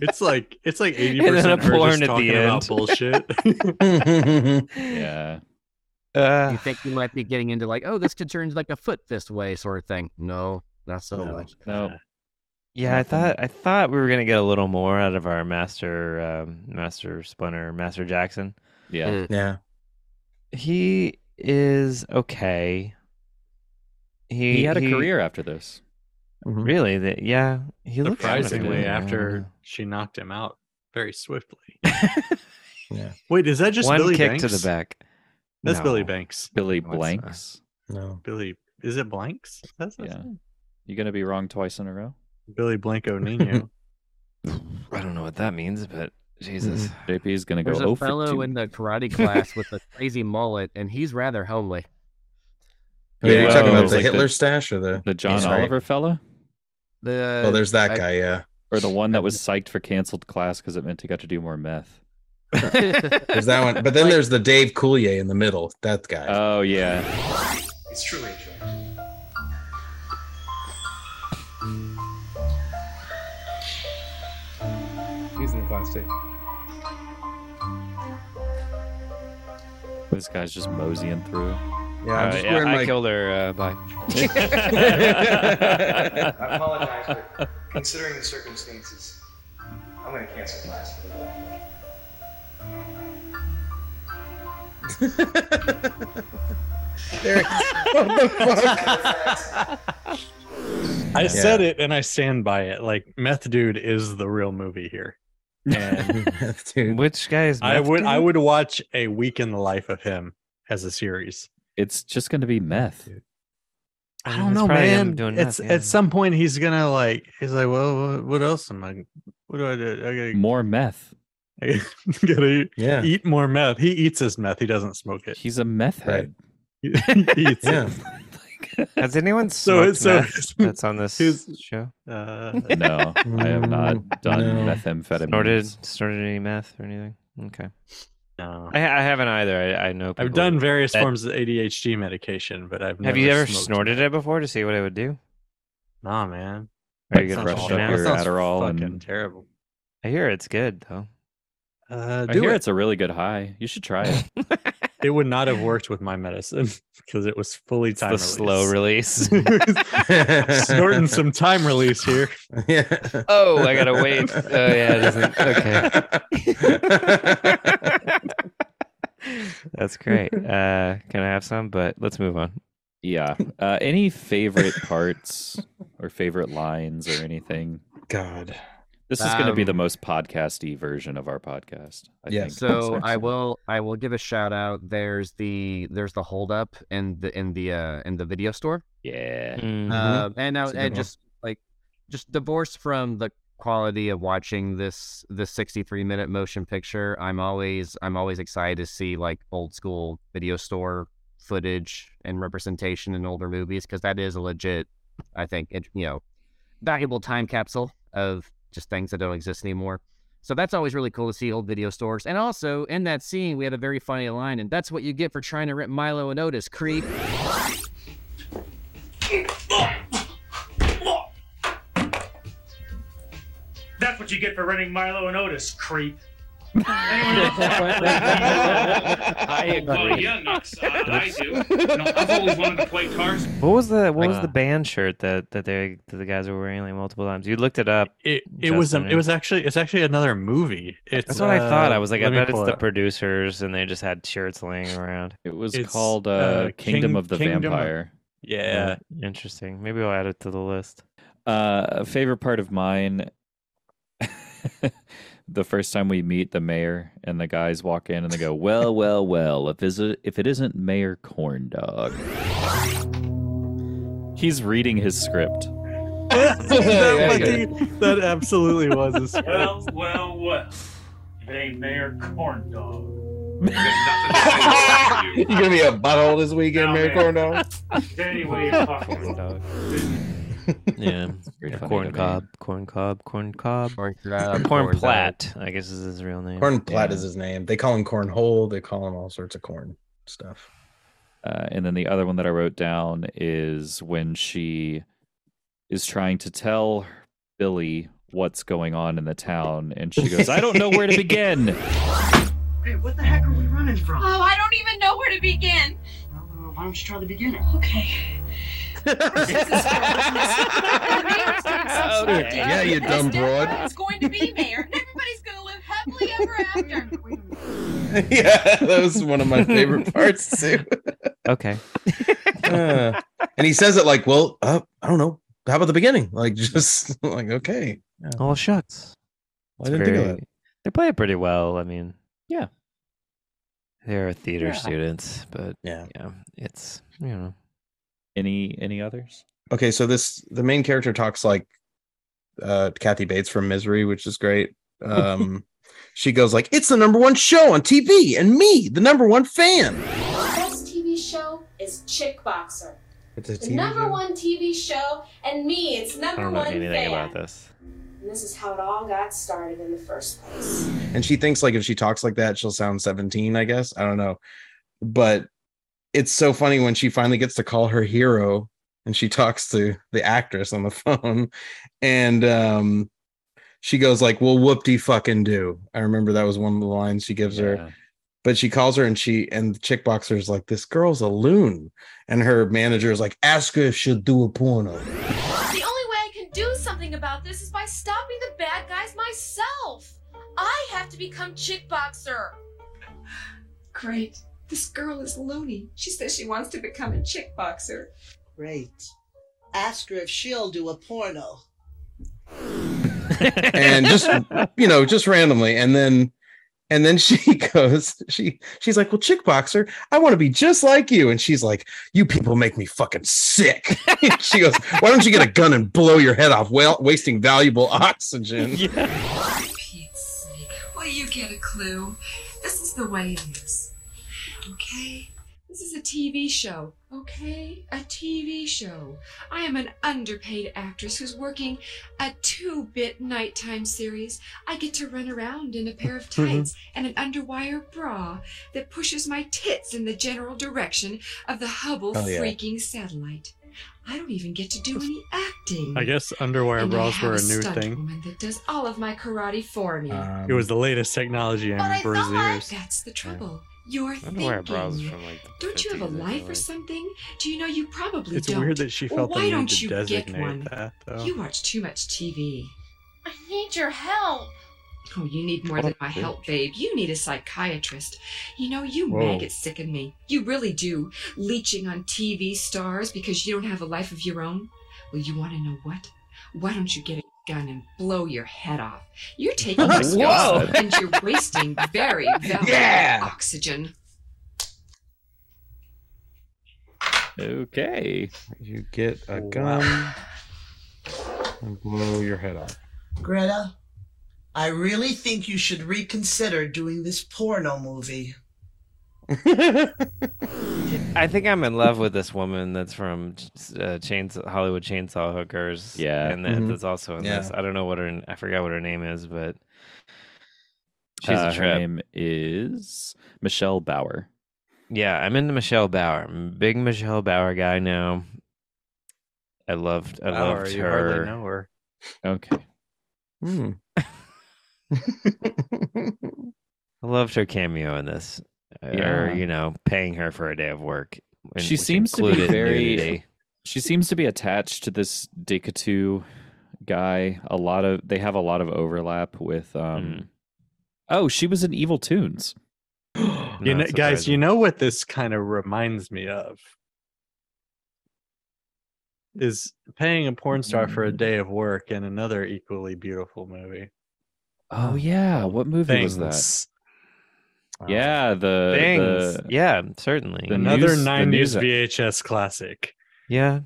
F: It's like it's like eighty
E: And then a
F: percent
E: porn at
F: porn
E: the
F: just talking
E: end.
F: about bullshit.
B: *laughs*
A: Mm-hmm.
B: yeah.
E: *laughs* Uh,
G: You think you might be getting into like, oh, this could turn like a foot this way sort of thing. No, not so
F: No.
G: much.
B: No.
E: yeah, I thought I thought we were gonna get a little more out of our master, um, master Splinter, Master Jackson.
B: Yeah.
G: Mm.
A: yeah.
E: He is okay. He
B: He had a career after this.
E: Really? That yeah. He looked kind of
F: Surprisingly,
E: good.
F: after she knocked him out very swiftly.
B: *laughs*
A: Yeah.
F: Wait, is that just
E: one
F: Billy
E: kick
F: Banks?
E: to the back.
F: That's Billy
E: No.
F: Banks.
B: Billy
E: No, it's not.
B: Blanks.
A: No.
F: Billy, is it Blanks? That's his
B: Yeah.
F: name.
B: You gonna be wrong twice in a row?
F: Billy
B: *laughs*
F: Blanco Nino.
E: I don't know what that means, but Jesus.
B: JP is gonna go
G: There's
B: oh
G: a fellow in the
B: *laughs*
G: karate class with a crazy mullet, and he's rather homely.
A: Wait, are you
B: Yeah,
A: talking
B: well,
A: about the
B: like the-
A: Hitler stash or the?
B: the John
A: He's right.
B: Oliver fella,
G: The
A: Well,
G: *laughs*
A: there's that
G: I-
A: guy. Yeah.
B: or the one *laughs* that was psyched for canceled class because it meant he got to do more meth.
A: There's that one. But then there's the Dave Coulier in the middle. That guy.
B: *laughs* Oh yeah,
I: It's truly a joy.
J: He's in the class too.
B: this guy's just moseying through.
A: yeah. I'm
E: Uh,
A: just
E: yeah,
A: wearing
E: I
A: my. *laughs*
E: killed her. Uh,
F: *laughs*
E: bye.
I: I apologize, but considering the circumstances, I'm going to cancel class for the day.
A: There- what the fuck?
F: I said it and I stand by it. Like Meth Dude is the real movie here.
A: Dude.
E: Which guy is?
F: I
E: Meth
F: would I
E: Dude?
F: would watch a week in the life of him as a series.
B: It's just gonna be meth.
E: I
F: I
E: mean,
F: don't
E: it's
F: know,
E: probably him
F: man.
E: doing
F: it's
E: meth, yeah.
F: at some point he's gonna like he's like, well, wha- what else am I? What do I do?
B: More meth.
F: I gotta, *laughs* I gotta
A: Yeah.
F: eat more meth. He eats his meth. He doesn't smoke it.
B: He's a meth head.
F: *laughs* He, he eats
A: Yeah.
B: Like,
E: Has anyone
F: *laughs* So
E: smoked
F: it's- so
E: meth
F: it's-
E: that's on this
F: his-
E: show?
F: it. Uh,
B: *laughs* no, I have *laughs* not done
A: No.
B: methamphetamine.
E: Snorted, snorted any meth or anything? Okay.
F: no.
E: I, I haven't either. I, I know. People.
F: I've done various
E: That-
F: forms of ADHD medication, but I've
E: Have you
F: never
E: ever
F: smoked
E: snorted it before to see what it would do?
F: Nah, man.
E: Are you
B: That
E: gonna
B: sounds
E: brush
B: awful.
E: it up
B: That
E: your
B: sounds-
E: ass?
B: Adderall
F: fucking
B: and-
F: terrible.
E: I hear it's good though.
F: Uh,
B: I
F: do
B: hear
F: it.
B: it's a really good high. You should try *laughs* it.
F: It would not have worked with my medicine *laughs* because it was fully
E: It's
F: time
E: the slow *laughs*
F: release.
E: release. *laughs*
F: *laughs* Snorting some time release here.
A: *laughs* Yeah.
E: oh, I gotta wait. *laughs* Oh yeah, it isn't.
A: *laughs*
E: Okay. That's great. Uh, can I have some? But let's move on.
B: yeah. Uh, any favorite parts or favorite lines or anything?
A: God.
B: This is going to be the
G: Um,
B: most podcasty version of our podcast. I
A: Yes.
B: think.
G: so I will I will give a shout out. There's the there's the holdup in the in the uh, in the video store.
B: Yeah.
A: Mhm.
G: Um, and I,
A: It's a good
G: and
A: one.
G: just like just divorced from the quality of watching this the 63 minute motion picture. I'm always I'm always excited to see like old school video store footage and representation in older movies because that is a legit I think it, you know valuable time capsule of just things that don't exist anymore. So that's always really cool to see old video stores. And also in that scene, we had a very funny line, and that's what you get for trying to rip Milo and
A: *laughs*
G: Otis, creep.
J: That's what you get for renting Milo and Otis, creep.
B: I
J: Well, yeah, Nux, I, I do. No, I've always wanted to play cars.
E: What was the what was
G: Uh,
E: the band shirt that that they that the guys were wearing like multiple times? You looked it up.
F: It it was a,
E: Justin,
F: it was actually it's actually another movie. It's,
E: That's what I thought.
F: uh,
E: I was like, I
F: let me
E: bet it's
F: pull
E: the
F: it up.
E: producers, and they just had shirts laying around.
B: It was
F: It's,
B: called uh,
F: uh,
B: Kingdom
F: King-
B: of the
F: Kingdom of-
B: Vampire.
F: yeah.
E: Interesting. Maybe I'll add it to the list.
B: Uh, a favorite part of mine. *laughs* the first time we meet the mayor and the guys walk in and they go,
G: *laughs*
B: "Well, well, well. If is it, if it isn't Mayor Corndog." He's reading his script.
F: that, fucking- that absolutely was a script.
J: Well, well, well. It ain't Mayor Corn Dog.
A: you gonna be a butthole this weekend,
J: No,
A: Mary
J: man.
A: Corn Dog?
J: Danny, what are you talking
E: Corn
J: about?
E: dog. *laughs* Yeah.
B: Pretty
E: Yeah,
B: funny
E: corn
B: to me.
E: cob, corn cob, corn cob.
G: Corn,
E: Corn Platt, I guess is his real name.
A: Corn Platt
B: Yeah.
A: is his name. They call him Cornhole. They call him all sorts of corn stuff.
B: Uh, and then the other one that I wrote down is when she is trying to tell Billy what's going on in the town, and she goes, "I don't know
E: *laughs*
B: where to begin."
J: Hey, what the heck are we running from?
H: Oh, I don't even know where to begin.
J: Well, uh, why don't you try the beginning?
H: Okay.
A: Yeah, you dumb broad.
H: It's going to be mayor, and everybody's going to live happily ever after.
J: Wait a minute.
A: *laughs* yeah, that was one of my favorite parts too.
E: Okay.
A: Uh, and he says it like, well, uh, I don't know. How about the beginning? Like, just *laughs* like, okay.
E: Oh shucks.
A: I didn't think of that.
E: They play it pretty well. I mean,
B: Yeah.
E: they're theater
B: Yeah.
E: students, but
A: Yeah.
E: yeah, it's you know,
B: Any any others?
A: Okay, so this the main character talks like uh Kathy Bates from Misery, which is great.
H: *laughs*
A: Um she goes like, "It's the number one show on TV and me, the number one fan."
H: Best TV show is Chick Boxer.
A: It's a
H: The number one TV show, and me, it's
E: I
H: number
E: don't know
H: one
E: anything
H: fan.
E: about this.
H: And this is how it all got started in the first place.
A: And she thinks like if she talks like that, she'll sound 17, I guess. I don't know. But it's so funny when she finally gets to call her hero and she *laughs* talks to the actress on the phone and um she goes like, "Well, whoop de fucking do." I remember that was one of the lines she gives her.
B: Yeah.
A: but she calls her and she and the chick boxer's like this girl's a loon and her manager is like ask her if she'll do a porno
H: The only way I can do something about this is by stopping the bad guys myself. I have to become chick boxer. Great. This girl is loony. She says she wants to become a chick boxer.
K: Great. Ask her if she'll do a porno.
A: and
F: *laughs*
A: just you know just randomly and then and then *laughs* she goes she she's like well chick boxer i want to be just like you and she's like you people make me fucking sick *laughs* she goes why don't you get a gun and blow your head off well wasting valuable *laughs* oxygen
H: For Pete's sake, will you get a clue? This is the way it is. Okay? This is a TV show, okay? A TV show. I am an underpaid actress who's working a two bit nighttime series. I get to run around in a pair of
A: Mm-hmm.
H: tights and an underwire bra that pushes my tits in the general direction of the Hubble
A: Oh, yeah.
H: freaking satellite. I don't even get to do any acting.
F: I guess underwear
H: And I
F: bras
H: have
F: were a new
H: stunt
F: thing.
H: Woman that does all of my karate for me.
F: It was the latest technology
H: but I
F: in Bird's
H: thought
F: ears.
H: that's the trouble. You're
E: I don't know where
H: thinking.
E: bras from like. The
H: Don't you have a
E: 50s, I
H: life
E: feel
H: or
E: like.
H: something? Do you know you probably
F: It's
H: don't?
F: weird that she
H: Or
F: felt
H: why
F: the need
H: don't
F: to
H: you get
F: designate
H: one?
F: that, though.
H: You watch too much TV.
D: I need your help.
H: Oh, you need more
E: What
H: than
E: a
H: my
E: bitch.
H: help, babe. You need a psychiatrist. You know, you
F: Whoa.
H: maggots sicken me. You really do. Leeching on TV stars because you don't have a life of your own. Well, you want to know what? Why don't you get a gun and blow your head off? You're taking
B: Whoa.
H: risks and you're wasting very valuable
A: Yeah.
H: oxygen.
B: Okay.
A: you get a
F: Wow.
A: gun and blow your head off
K: Greta, I really think you should reconsider doing this porno movie.
E: I think I'm in love with this woman that's from uh, Chains Hollywood Chainsaw Hookers.
B: Yeah.
E: and that,
A: Mhm.
E: that's also in
A: Yeah.
E: this. I don't know what her I forgot what her name is, but she's
B: Uh, her
E: a trip.
B: name is Michelle Bauer.
E: Yeah, I'm into Michelle Bauer. I'm a big Michelle Bauer guy now. I loved I
F: Wow,
E: loved
F: you hardly
E: her.
F: know her.
B: Okay.
A: Hmm.
E: I loved her cameo in this. uh,
B: Yeah.
E: Or, you know, paying her for a day of work. and-
B: She
E: which
B: seems to be
E: included
B: very-
E: nudity.
B: She seems to be attached to this Dekatu guy. A lot of they have a lot of overlap with um
E: Mhm.
B: Oh, she was in Evil Tunes.
F: You know,
E: Not
F: guys, you
E: surprising.
F: know what this kind of reminds me of is paying a porn star for
B: Mm.
F: a day of work in another equally beautiful movie.
B: Oh yeah, what movie was
F: Things.
B: that? Yeah, the
E: Things.
B: the-
E: yeah, certainly.
B: the
F: Another
B: news- the
F: 90s
B: news-
F: VHS classic.
E: yeah.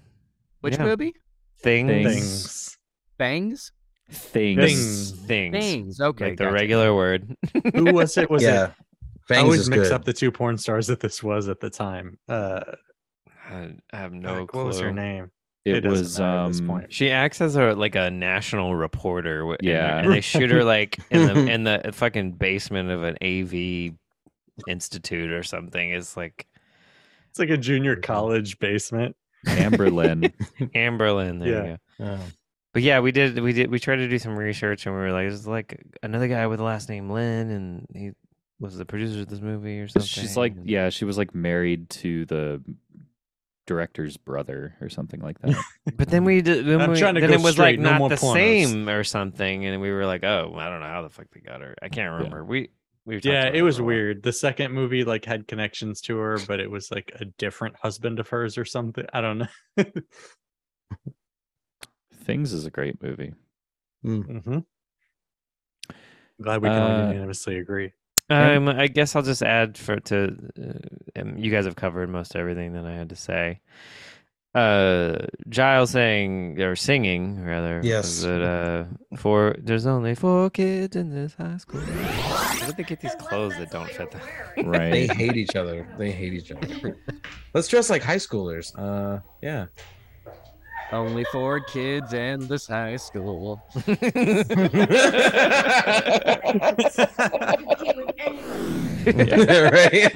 G: Which
E: Yeah.
G: movie?
E: Things.
B: Things.
G: Bangs?
B: things.
E: Things.
F: Things.
E: Things.
G: Things. Okay.
E: Like the
G: gotcha.
E: regular word.
F: Who was it?
A: *laughs*
F: Was
A: yeah
F: it I
A: Fangs
F: always
A: is
F: mix
A: good.
F: up the two porn stars that this was at the time. Uh,
E: I I have no
F: Like,
E: clue.
F: what was her name?
B: It,
F: It doesn't
B: was
F: matter at this
B: um
F: point.
E: She acts as a like a national reporter. w- and they're-
B: Yeah.
E: and they shoot her like in
F: *laughs*
E: the in the fucking basement of an AV institute or something. It's like
F: It's like a
B: Mm-hmm.
F: junior college basement.
B: Amberlyn.
E: Amberlyn. There
F: Yeah. Um,
E: You go.
A: Oh.
E: But yeah, we did we did we tried to do some research and we were like, there's like another guy with the last name Lynn and he was the producer of this movie or something.
B: She's like,
E: and-
B: yeah, she was like married to the director's brother or something like that.
E: But then we did. Then,
F: I'm
E: we,
F: trying to
E: then
F: go
E: it was
F: straight,
E: like
F: no
E: not
F: more
E: the
F: pornos.
E: same or something, and we were like, oh, I don't know how the fuck they got her. I can't remember. We we talked
F: Yeah,
E: about
F: it was
E: for a while.
F: weird. The second movie like had connections to her, but it was like a different husband of hers or something. I don't know.
B: Things is a great movie.
F: hmm *laughs* Glad we can all
B: Uh,
F: unanimously agree.
B: Yeah.
E: Um, I guess I'll just add for to uh, um, you guys have covered most everything that I had to say. Uh, Giles saying or singing rather. was
A: Yes.
E: It, uh, four. There's only four kids in this high school. Where did they get these clothes that don't fit them?
A: They
B: Right.
A: hate each other. They hate each
F: *laughs*
A: other. Let's dress like high schoolers. Uh, yeah.
G: Only four kids in this high school.
E: *laughs* *laughs*
A: Right?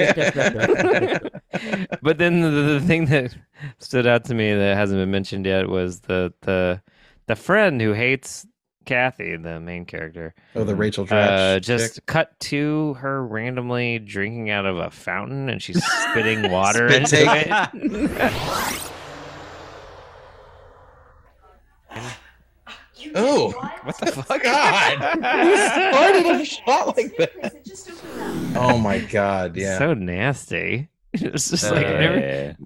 E: but then the, the thing that stood out to me that hasn't been mentioned yet was the the the friend who hates Kathy, the main character.
A: Oh, the Rachel Dratch.
E: Uh,
A: chick.
E: just cut to her randomly drinking out of a fountain, and *laughs* she's spitting water
A: Spit
E: into
A: take.
E: it.
A: Oh,
E: *laughs* What the *laughs* fuck?
A: God. Who started a shot like that?
D: Just open
A: Oh my God. Yeah.
E: So nasty. *laughs* It's just like
A: Uh,
E: never-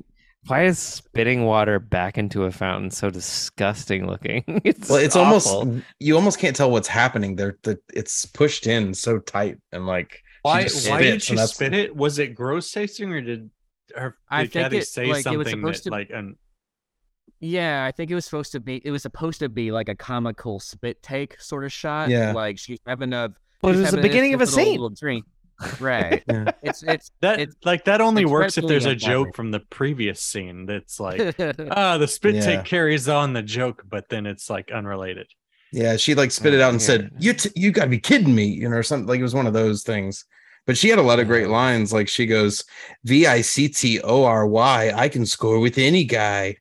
E: why is spitting water back into a fountain so disgusting looking? *laughs* It's
A: well, it's
E: awful.
A: almost you almost can't tell what's happening. They're the it's pushed in so tight and like
F: Why?
A: just
F: Why
A: spits,
F: did she
A: and that's-
F: spit it? Was it gross tasting or did her?
G: I
F: did
G: think
F: Kathy
G: it-
F: say
G: like, it
F: something
G: was supposed
F: that,
G: to-
F: like an
G: Yeah, I think it was supposed to be. It was supposed to be like a comical spit take sort of shot.
A: Yeah.
G: like she's having a.
E: But it
G: she's
E: was the
G: having
E: beginning of a
G: instant
E: scene.
G: little
E: *laughs*
G: drink. Right.
A: Yeah.
G: It's it's
F: that
G: It's-
F: like that only
G: it's
F: works if
G: dreadfully
F: there's a
G: unpleasant.
F: joke from the previous scene that's like
G: *laughs*
F: ah the spit
A: Yeah.
F: take carries on the joke but then it's like unrelated *laughs*
A: Yeah, she like spit it
E: Oh,
A: out and said,
E: yeah.
A: "You t- you got to be kidding me," you know, or something. Like it was one of those things. But she had a lot of great lines. Like she goes, "V I C T O R Y, I can score with any guy."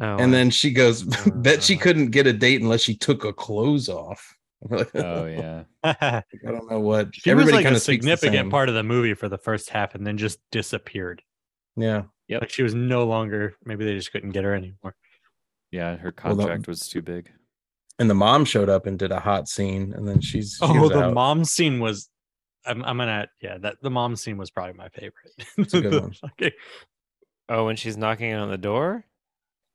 E: Oh,
A: and then she goes,
E: Uh.
A: *laughs* "Bet
F: Uh-huh.
A: she couldn't get a date unless she took her clothes off." *laughs*
B: oh yeah.
F: she
A: I don't know what.
F: was like
A: kinda
F: a
A: speaks the same.
F: significant part of the movie for the first half and then just disappeared
A: Yeah,
B: Yep.
F: like she was no longer maybe they just couldn't get her anymore
B: Yeah, her
A: Well, that-
B: contract was too big.
A: and the mom showed up and did a hot scene, and then she's she
F: oh
A: was
F: the
A: out.
F: mom scene was I'm, I'm gonna yeah that the mom scene was probably my favorite
A: a good
F: The *laughs*
A: one.
F: fucking-
E: oh, when she's knocking on the door.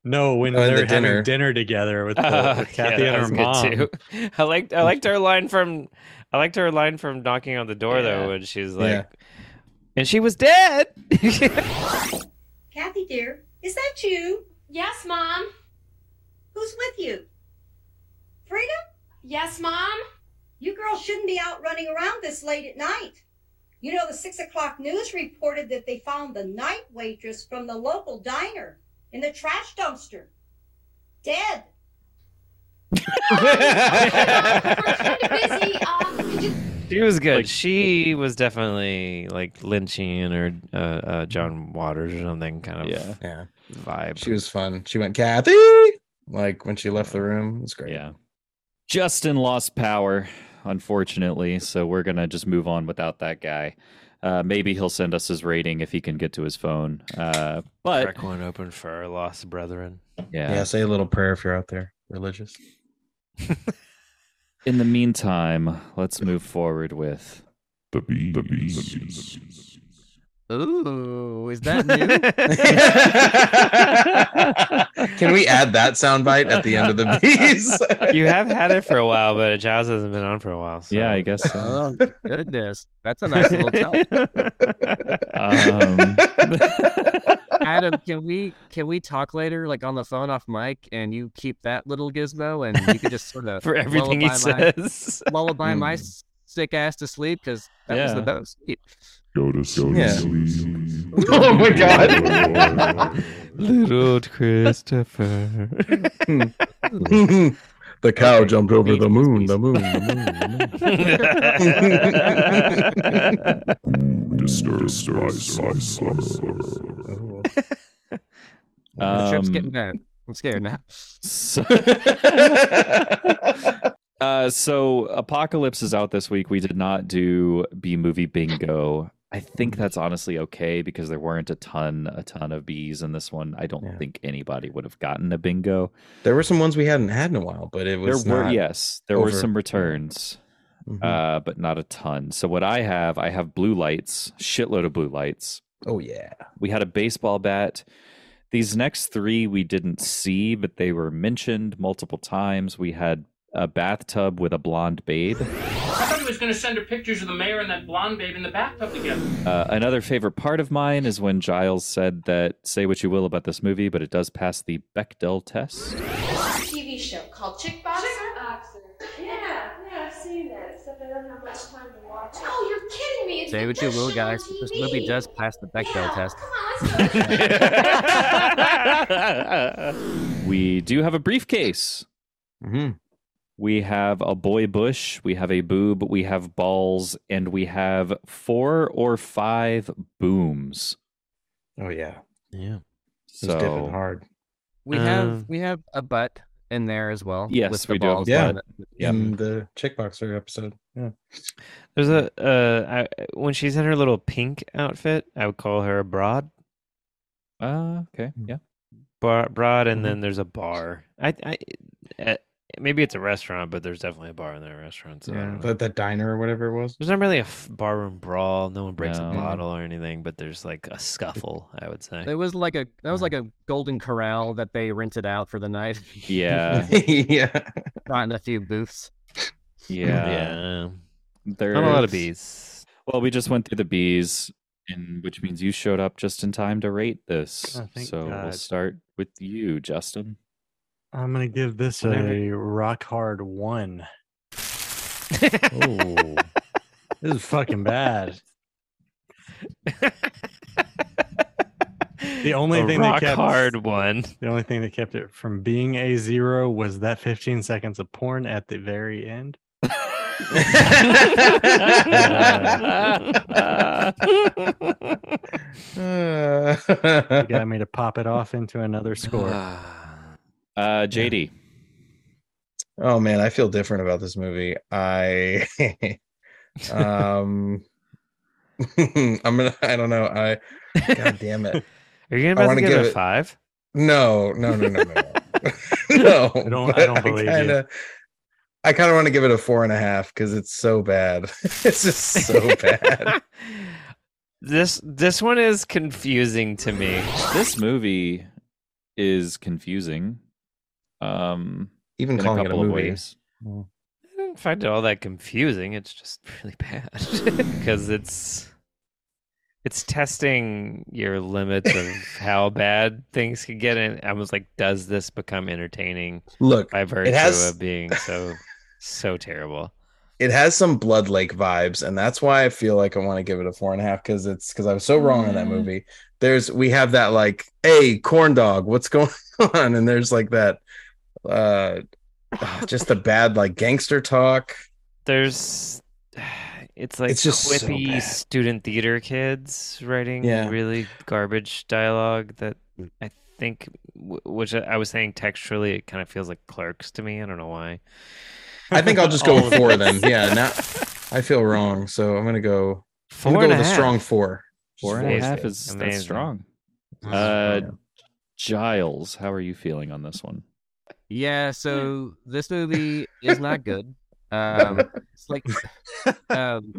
F: no when
A: Oh, and
F: they're
A: the
F: having
A: dinner.
F: dinner. together with, the,
E: Uh,
F: with
E: *laughs*
F: kathy
E: yeah, that
F: and her
E: was
F: mom
E: good Too. *laughs* I liked I liked her line from I liked her line from knocking on the door though, when she's like,
A: Yeah.
E: and she was dead. *laughs*
L: Kathy, dear, is that you?
D: Yes, Mom.
L: Who's with you? Frida?
D: Yes, Mom.
L: You girls shouldn't be out running around this late at night. You know, the six o'clock news reported that they found the night waitress from the local diner in the trash dumpster. Dead.
D: We're kind of busy. Um, could you
E: she was good.
B: Like-
E: she was definitely like lynching or uh, uh, John Waters or something kind of
B: Yeah.
A: yeah,
E: vibe.
A: she was fun. She went Kathy like when she left the room. It was great.
B: Yeah. Justin lost power, unfortunately, so we're gonna just move on without that guy. Uh, maybe he'll send us his rating if he can get to his phone. Uh, but
E: Crack one open for our lost brethren.
B: yeah.
A: yeah. Say a little prayer if you're out there, religious.
B: In the meantime, let's move forward with the beans.
G: ooh, is that
E: *laughs*
A: *laughs*
G: new?
A: Can we add that soundbite at the end of
F: *laughs*
A: the piece?
E: *laughs*
A: *laughs*
E: you have had it for a while, but Giles hasn't been on for a while. So.
B: Yeah, I guess
C: uh,
B: so.
G: oh goodness, that's a nice little
E: *laughs*
G: tell.
B: um,
G: Adam, can we can we talk later, like on the phone off mic, and you keep that little gizmo, and you can just sort
B: Um,
E: *laughs*
G: of
E: for everything he
G: lullaby my-
E: says.
G: lullaby my
A: Mm.
G: sick ass to sleep because that was the
B: Yeah.
G: best. sleep.
M: Go to sleep.
A: Yeah. *laughs*
M: oh
A: my
M: god.
E: Little
B: *laughs*
E: Christopher.
A: *laughs* the cow jumped over the moon, the moon, the moon. The moon.
M: Disturbed by slumber.
F: *laughs*
G: the trip's
B: Um,
G: getting better. I'm scared now.
B: So, uh, so Apocalypse is out this week. We did not do B movie bingo. I think that's honestly okay because there weren't a ton, a ton of Bs in this one. I don't think anybody would have gotten a bingo.
A: There were some ones we hadn't had in a while, but it
B: There
A: was
B: were
A: not
B: yes, there were
A: over-
B: some returns,
A: Mhm.
B: uh, but not a ton. So what I have, I have blue lights, shitload of blue lights.
A: Oh yeah.
B: We had a baseball bat. These next three we didn't see, but they were mentioned multiple times. We had a bathtub with a blonde babe.
J: I thought he was going to send her pictures of the mayor and that blonde babe in the bathtub together.
B: Uh, another favorite part of mine is when Giles said that say what you will about this movie, but it does pass the Bechdel test.
D: This is a TV show called Chick Boxer. Yeah, yeah, I've seen that, except I don't have much time to watch it. Oh, you're kidding me. It's
G: Say
D: the
G: what you
D: best
G: will,
D: show
G: guys.
D: on
G: This
D: TV.
G: movie does pass the Bechdel test.
D: *laughs*
B: we do have a briefcase. We have a boy bush, we have a boob, we have balls, and we have four or five booms.
A: Oh yeah.
E: Yeah.
A: It was dipping
B: So
A: hard.
G: We have we have a butt in there as well.
B: Uh, Yes,
G: with the
B: we do have a
G: balls
A: Yeah.
G: on it.
A: In the Chickboxer episode. Yeah.
E: There's a uh, I, when she's in her little pink outfit, I would call her a broad,
B: uh, okay, yeah.
E: bar, broad, and then there's a bar. I, I uh, maybe it's a restaurant, but there's definitely a bar in that restaurant. So I
A: Yeah.
E: don't know.
A: The, the diner or whatever it *laughs* was.
E: there's not really a f- barroom brawl. No one breaks
B: No.
E: a bottle or anything, but there's like a scuffle. I would say.
G: It was like a that was like a golden corral that they rented out for the night.
A: *laughs*
B: Yeah.
A: yeah.
G: *laughs* Not in a
B: *laughs*
G: few booths.
B: Yeah.
E: yeah.
B: There's
E: Not a lot of bees.
B: Well, we just went through the bees, and which means you showed up just in time to rate this.
F: Oh, thank
B: so we'll
F: God.
B: start with you, Justin.
F: I'm gonna give this a
B: Whatever.
F: rock hard one.
E: *laughs*
B: Oh,
F: This is fucking bad. The only
E: A
F: thing that
E: rock
F: kept
E: hard one.
F: the only thing that kept it from being a zero was that 15 seconds of porn at the very end. It got me to pop it off into
E: *sighs*
F: another score.
B: Uh, JD.
A: *laughs* Oh man, I feel different about this movie. I *laughs* um *laughs* I'm gonna I don't know. I god damn it.
E: Are you
A: I
E: about to
A: wanna
E: give,
A: give
E: it a
A: it-
E: five?
A: No, no, no, no, no. *laughs* no.
F: I don't- I
A: but
F: don't believe you.
A: kinda, I kind of want to give it a four and a half because it's so bad. *laughs* it's just *laughs* so bad.
E: *laughs* This this one is confusing to me.
B: This movie is confusing. Um,
A: Even
B: in
A: calling it a
B: couple of
A: movie.
B: ways.
E: I don't find it all that confusing. It's just *laughs* really bad because it's it's testing your limits of how bad things can get. And I was like, does this become entertaining
A: Look,
E: by virtue
A: has-
E: of being so so terrible?
A: it has some blood lake vibes and that's why i feel like i want to give it a four and a half because it's because i was so wrong on that movie there's we have that like hey corn dog what's *laughs* going on and there's like that uh just the bad like gangster talk
E: There's it's like
A: It's just so
E: quippy
A: bad.
E: student theater kids writing
A: Yeah. Mm.
E: really garbage dialogue that I think w- which I- I was saying textually it kind of feels like clerks to me. I don't know why.
A: i think i'll just go
E: *laughs* All
A: with
E: of
A: four
E: it.
A: then yeah
E: *laughs*
A: now i feel wrong so i'm gonna go I'm
E: Four
A: gonna
E: and
A: go
E: a
A: with a
E: half.
A: strong four Just
B: Four and a
E: Amazing.
B: half is that's
E: Amazing.
B: strong.
A: Oh,
B: Uh, Giles, how are you feeling on this one?
G: Yeah, so this movie is not good. Um, it's like um,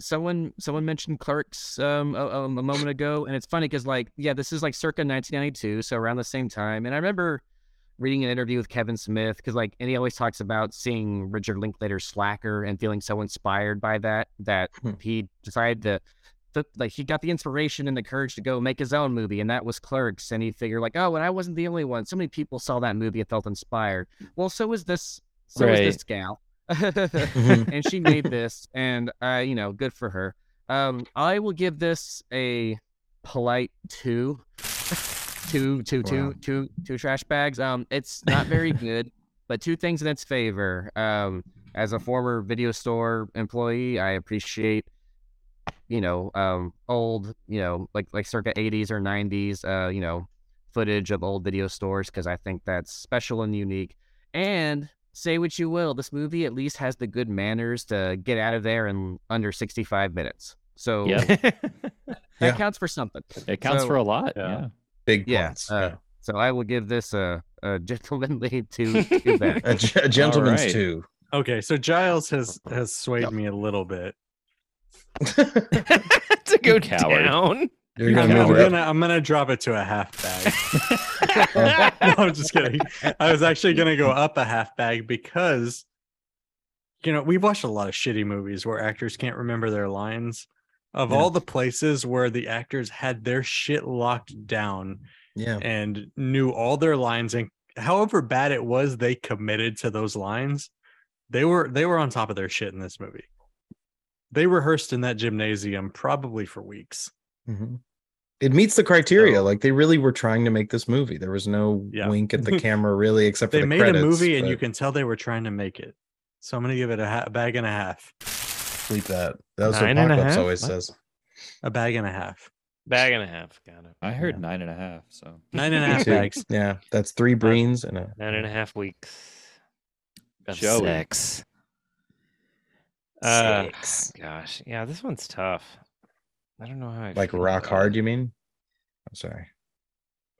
G: someone someone mentioned Clerks um a, a- a moment ago, and it's funny because like yeah, this is like circa 1992, so around the same time. And I remember reading an interview with Kevin Smith because like and he always talks about seeing Richard Linklater's Slacker and feeling so inspired by that that
A: Hmm.
G: he decided to the, like he got the inspiration and the courage to go make his own movie, and that was Clerks. And he figured like, oh, and I wasn't the only one. So many people saw that movie and felt inspired. Well, so was this. So was
E: Right.
G: *laughs* this gal, and she made this, and uh, you know, good for her. Um, I will give this a polite two, two, two, two, two, two
B: Wow.
G: trash bags. Um,
B: *laughs*
G: it's not very good, but two things in its favor. Um, as a former video store employee, I appreciate, you know, um, old, you know, like like circa '80s or '90s, uh, you know, footage of old video stores because I think that's special and unique. And say what you will, this movie at least has the good manners to get out of there in under 65 minutes. So
B: Yeah.
G: that
A: Yeah.
G: counts for something.
B: It counts
G: So-
B: for a lot.
F: Yeah.
B: Yeah.
A: Big
G: Yeah.
A: points.
G: uh, So I will give this a, a *laughs* gentlemanly
E: *laughs*
G: two. two back.
A: A, ge- a gentleman's
B: All right.
A: too.
F: Okay, so Giles has has swayed me a little bit.
E: *laughs* to go
B: coward.
A: *laughs*
E: down.
A: *laughs*
E: *laughs*
A: You're
F: I'm
A: gonna
F: gonna,
A: move it up.
F: I'm gonna drop it to a half bag. *laughs* No, I'm just kidding. I was actually gonna go up a half bag because you know, we've watched a lot of shitty movies where actors can't remember their lines. Of
A: Yeah.
F: all the places where the actors had their shit locked down
A: Yeah.
F: and knew all their lines and however bad it was, they committed to those lines. They were they were on top of their shit in this movie. They rehearsed in that gymnasium probably for weeks.
A: Mhm. It meets the criteria.
F: So-
A: like they really were trying to make this movie. There was no
F: Yeah.
A: wink at the camera really, except for
F: they
A: the
F: made
A: credits,
F: a movie and you
A: but
F: can tell they were trying to make it so i'm gonna give it a, ha- a bag and a half
A: bleep that. That was
E: Nine
A: what
E: and a
A: Apocalypse
E: half?
A: always
E: What?
A: says.
F: a bag and a half
E: Bag and a half. Got it.
B: I heard nine and a half. So
F: nine
A: *laughs*
F: and a
A: Me
F: half
A: too.
F: bags
A: Yeah, that's three breens and a
E: Nine and a half weeks. Of
B: Joey.
E: sex. Uh,
A: Six.
E: Gosh, yeah, this one's tough. I don't know how. I
A: like
E: feel
A: rock
E: about
A: hard.
E: it.
A: You mean? I'm sorry.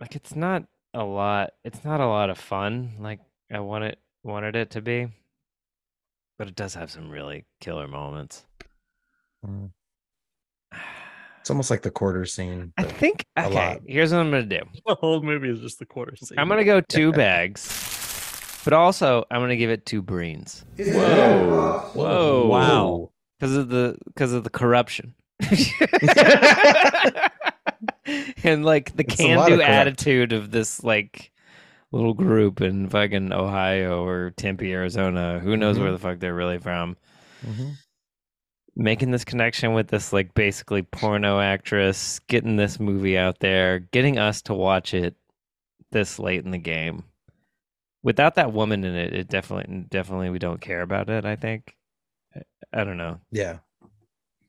E: Like it's not a lot. It's not a lot of fun. Like I wanted wanted it to be, but it does have some really killer moments.
A: Mm. It's almost like the quarter scene.
E: I
A: but-
E: think
A: a
E: okay.
A: lot.
E: Here's what I'm gonna do.
F: the whole movie is just the quarter scene
E: I'm gonna go
A: *laughs*
E: two bags, but also I'm gonna give it two brains.
B: Whoa. Whoa.
F: Wow.
E: because of the because of the corruption *laughs* and like the
A: It's a lot of
E: can-do
A: corrupt.
E: attitude of this like little group in fucking ohio or tempe arizona who
A: Mm-hmm.
E: knows where the fuck they're really from
A: Mhm.
E: making this connection with this like basically porno actress getting this movie out there getting us to watch it this late in the game without that woman in it it definitely definitely we don't care about it i think I- i don't know
A: Yeah.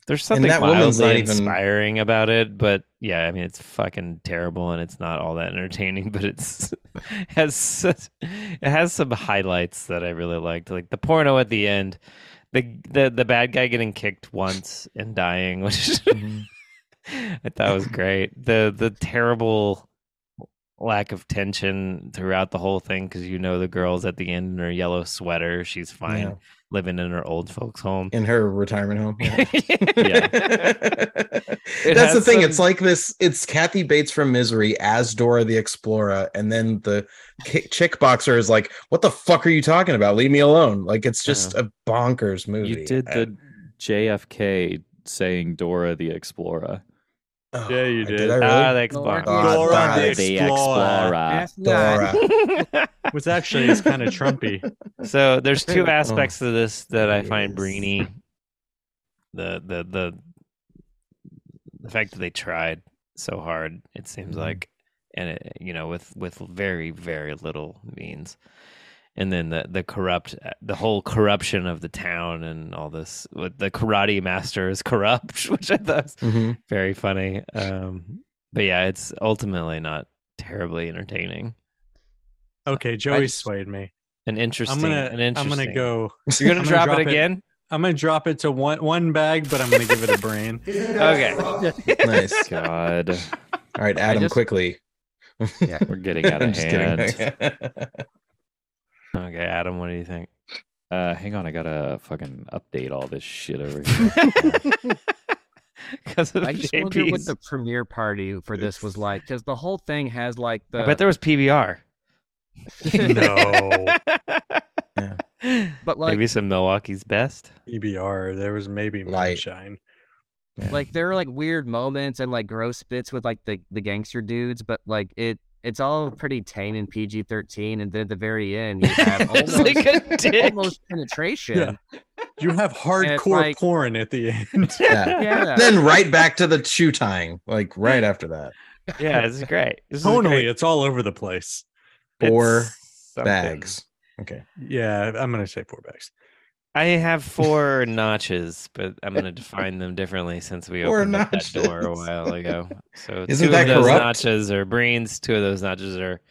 E: there's
A: And
E: something
A: that woman's
E: mildly
A: not even-
E: inspiring about it, but yeah, I mean it's fucking terrible and it's not all that entertaining, *laughs* but it's has such, it has some highlights that I really liked, like the porno at the end, the the the bad guy getting kicked once and dying, *laughs* which
A: Mm-hmm.
E: I thought was great. The the terrible lack of tension throughout the whole thing because you know the girl's at the end in her yellow sweater, she's fine
A: Yeah.
E: living in her old folks home.
A: In her retirement home.
E: *laughs*
A: Yeah. *laughs*
E: It
A: That's the
E: has
A: thing.
E: some-
A: It's like this. It's Kathy Bates from Misery as Dora the Explorer, and then the ki- chick boxer is like, "What the fuck are you talking about? Leave me alone!" Like it's just a bonkers movie.
B: You did the JFK saying Dora the Explorer.
A: Oh,
F: Yeah, you
A: I
F: did.
A: I really? *laughs*
E: Ah, the Xbox.
A: God,
F: Dora
A: God.
F: the
E: Oh,
F: Explorer.
G: That's not-
A: Dora.
F: *laughs* which actually is
A: *laughs*
F: kind of trumpy
E: *laughs* so there's two
A: Oh.
E: aspects to this that I find
A: Yes.
E: brainy. The the the the fact that they tried so hard, it seems like, and it, you know, with with very very little means, and then the the corrupt, the whole corruption of the town and all this. with The karate master is corrupt, *laughs* which I thought was
A: Mhm.
E: very funny. Um, but yeah, it's ultimately not terribly entertaining.
F: okay joey
E: just-
F: swayed me
E: An interesting.
F: i'm gonna
E: an interesting.
F: i'm gonna go
E: *laughs* You're gonna,
F: I'm gonna
E: drop,
F: drop
E: it
F: it.
E: again.
F: i'm gonna drop it to one one bag but i'm gonna give it a brain
E: Okay.
A: nice.
B: God,
A: All right, Adam,
G: just-
A: quickly.
B: we're
A: *laughs*
B: getting out
A: I'm
B: of
A: just
B: hand.
A: kidding.
E: Okay, Adam, what do you
G: *laughs*
E: think? *laughs*
B: Uh, hang on, I gotta fucking update all this shit over
E: *laughs*
B: here.
E: Because of
G: *laughs*
E: *laughs*
G: I just wonder what the premiere party for this was like because the whole thing has like the.
E: I bet there was PBR. *laughs*
F: no
G: but like
E: Maybe some Milwaukee's
G: *laughs*
E: best.
F: ebr there was maybe
A: Light.
F: moonshine
G: like there are like weird moments and like gross bits with like the the gangster dudes, but like it it's all pretty tame and
E: *laughs*
G: PG thirteen, and then at the very end you have
E: It's
G: almost,
E: like a dick.
G: almost penetration,
F: You have hardcore
G: like-
F: porn at the end.
A: *laughs* Yeah. Then right back to the shoe tying, like right after that.
E: Yeah, this is great. This is
F: Tonally,
E: great.
F: it's all over the place.
A: Four
E: It's something.
A: bags. Okay.
F: Yeah, I'm gonna say four bags.
E: I have four notches, but I'm going to define them differently since we
A: Four
E: opened up that door a
A: notches.
E: while ago. So
A: *laughs* Isn't
E: two
A: that
E: of those
A: corrupt?
E: notches are brains. Two of those notches are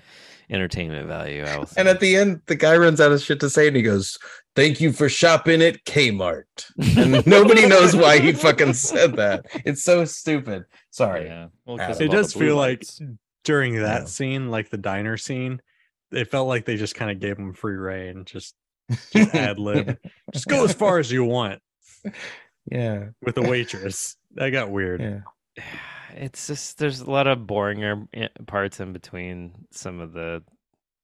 E: entertainment value. I will say.
A: And at the end, the guy runs out of shit to say and he goes, Thank you for shopping at Kmart. And nobody knows why he fucking said that. It's so stupid. Sorry.
B: Yeah. Well,
A: Adam.
B: 'cause of
F: It
B: all the
F: does
B: blue
F: feel like
B: lights.
F: during that
A: Yeah.
F: scene, like the diner scene, it felt like they just kind of gave him free
A: *laughs*
F: reign, just, just ad lib, just go as *laughs* far as you want
A: *laughs* Yeah.
F: with the waitress. That got weird.
A: Yeah.
E: *sighs* it's just there's a lot of boringer i- parts in between some of the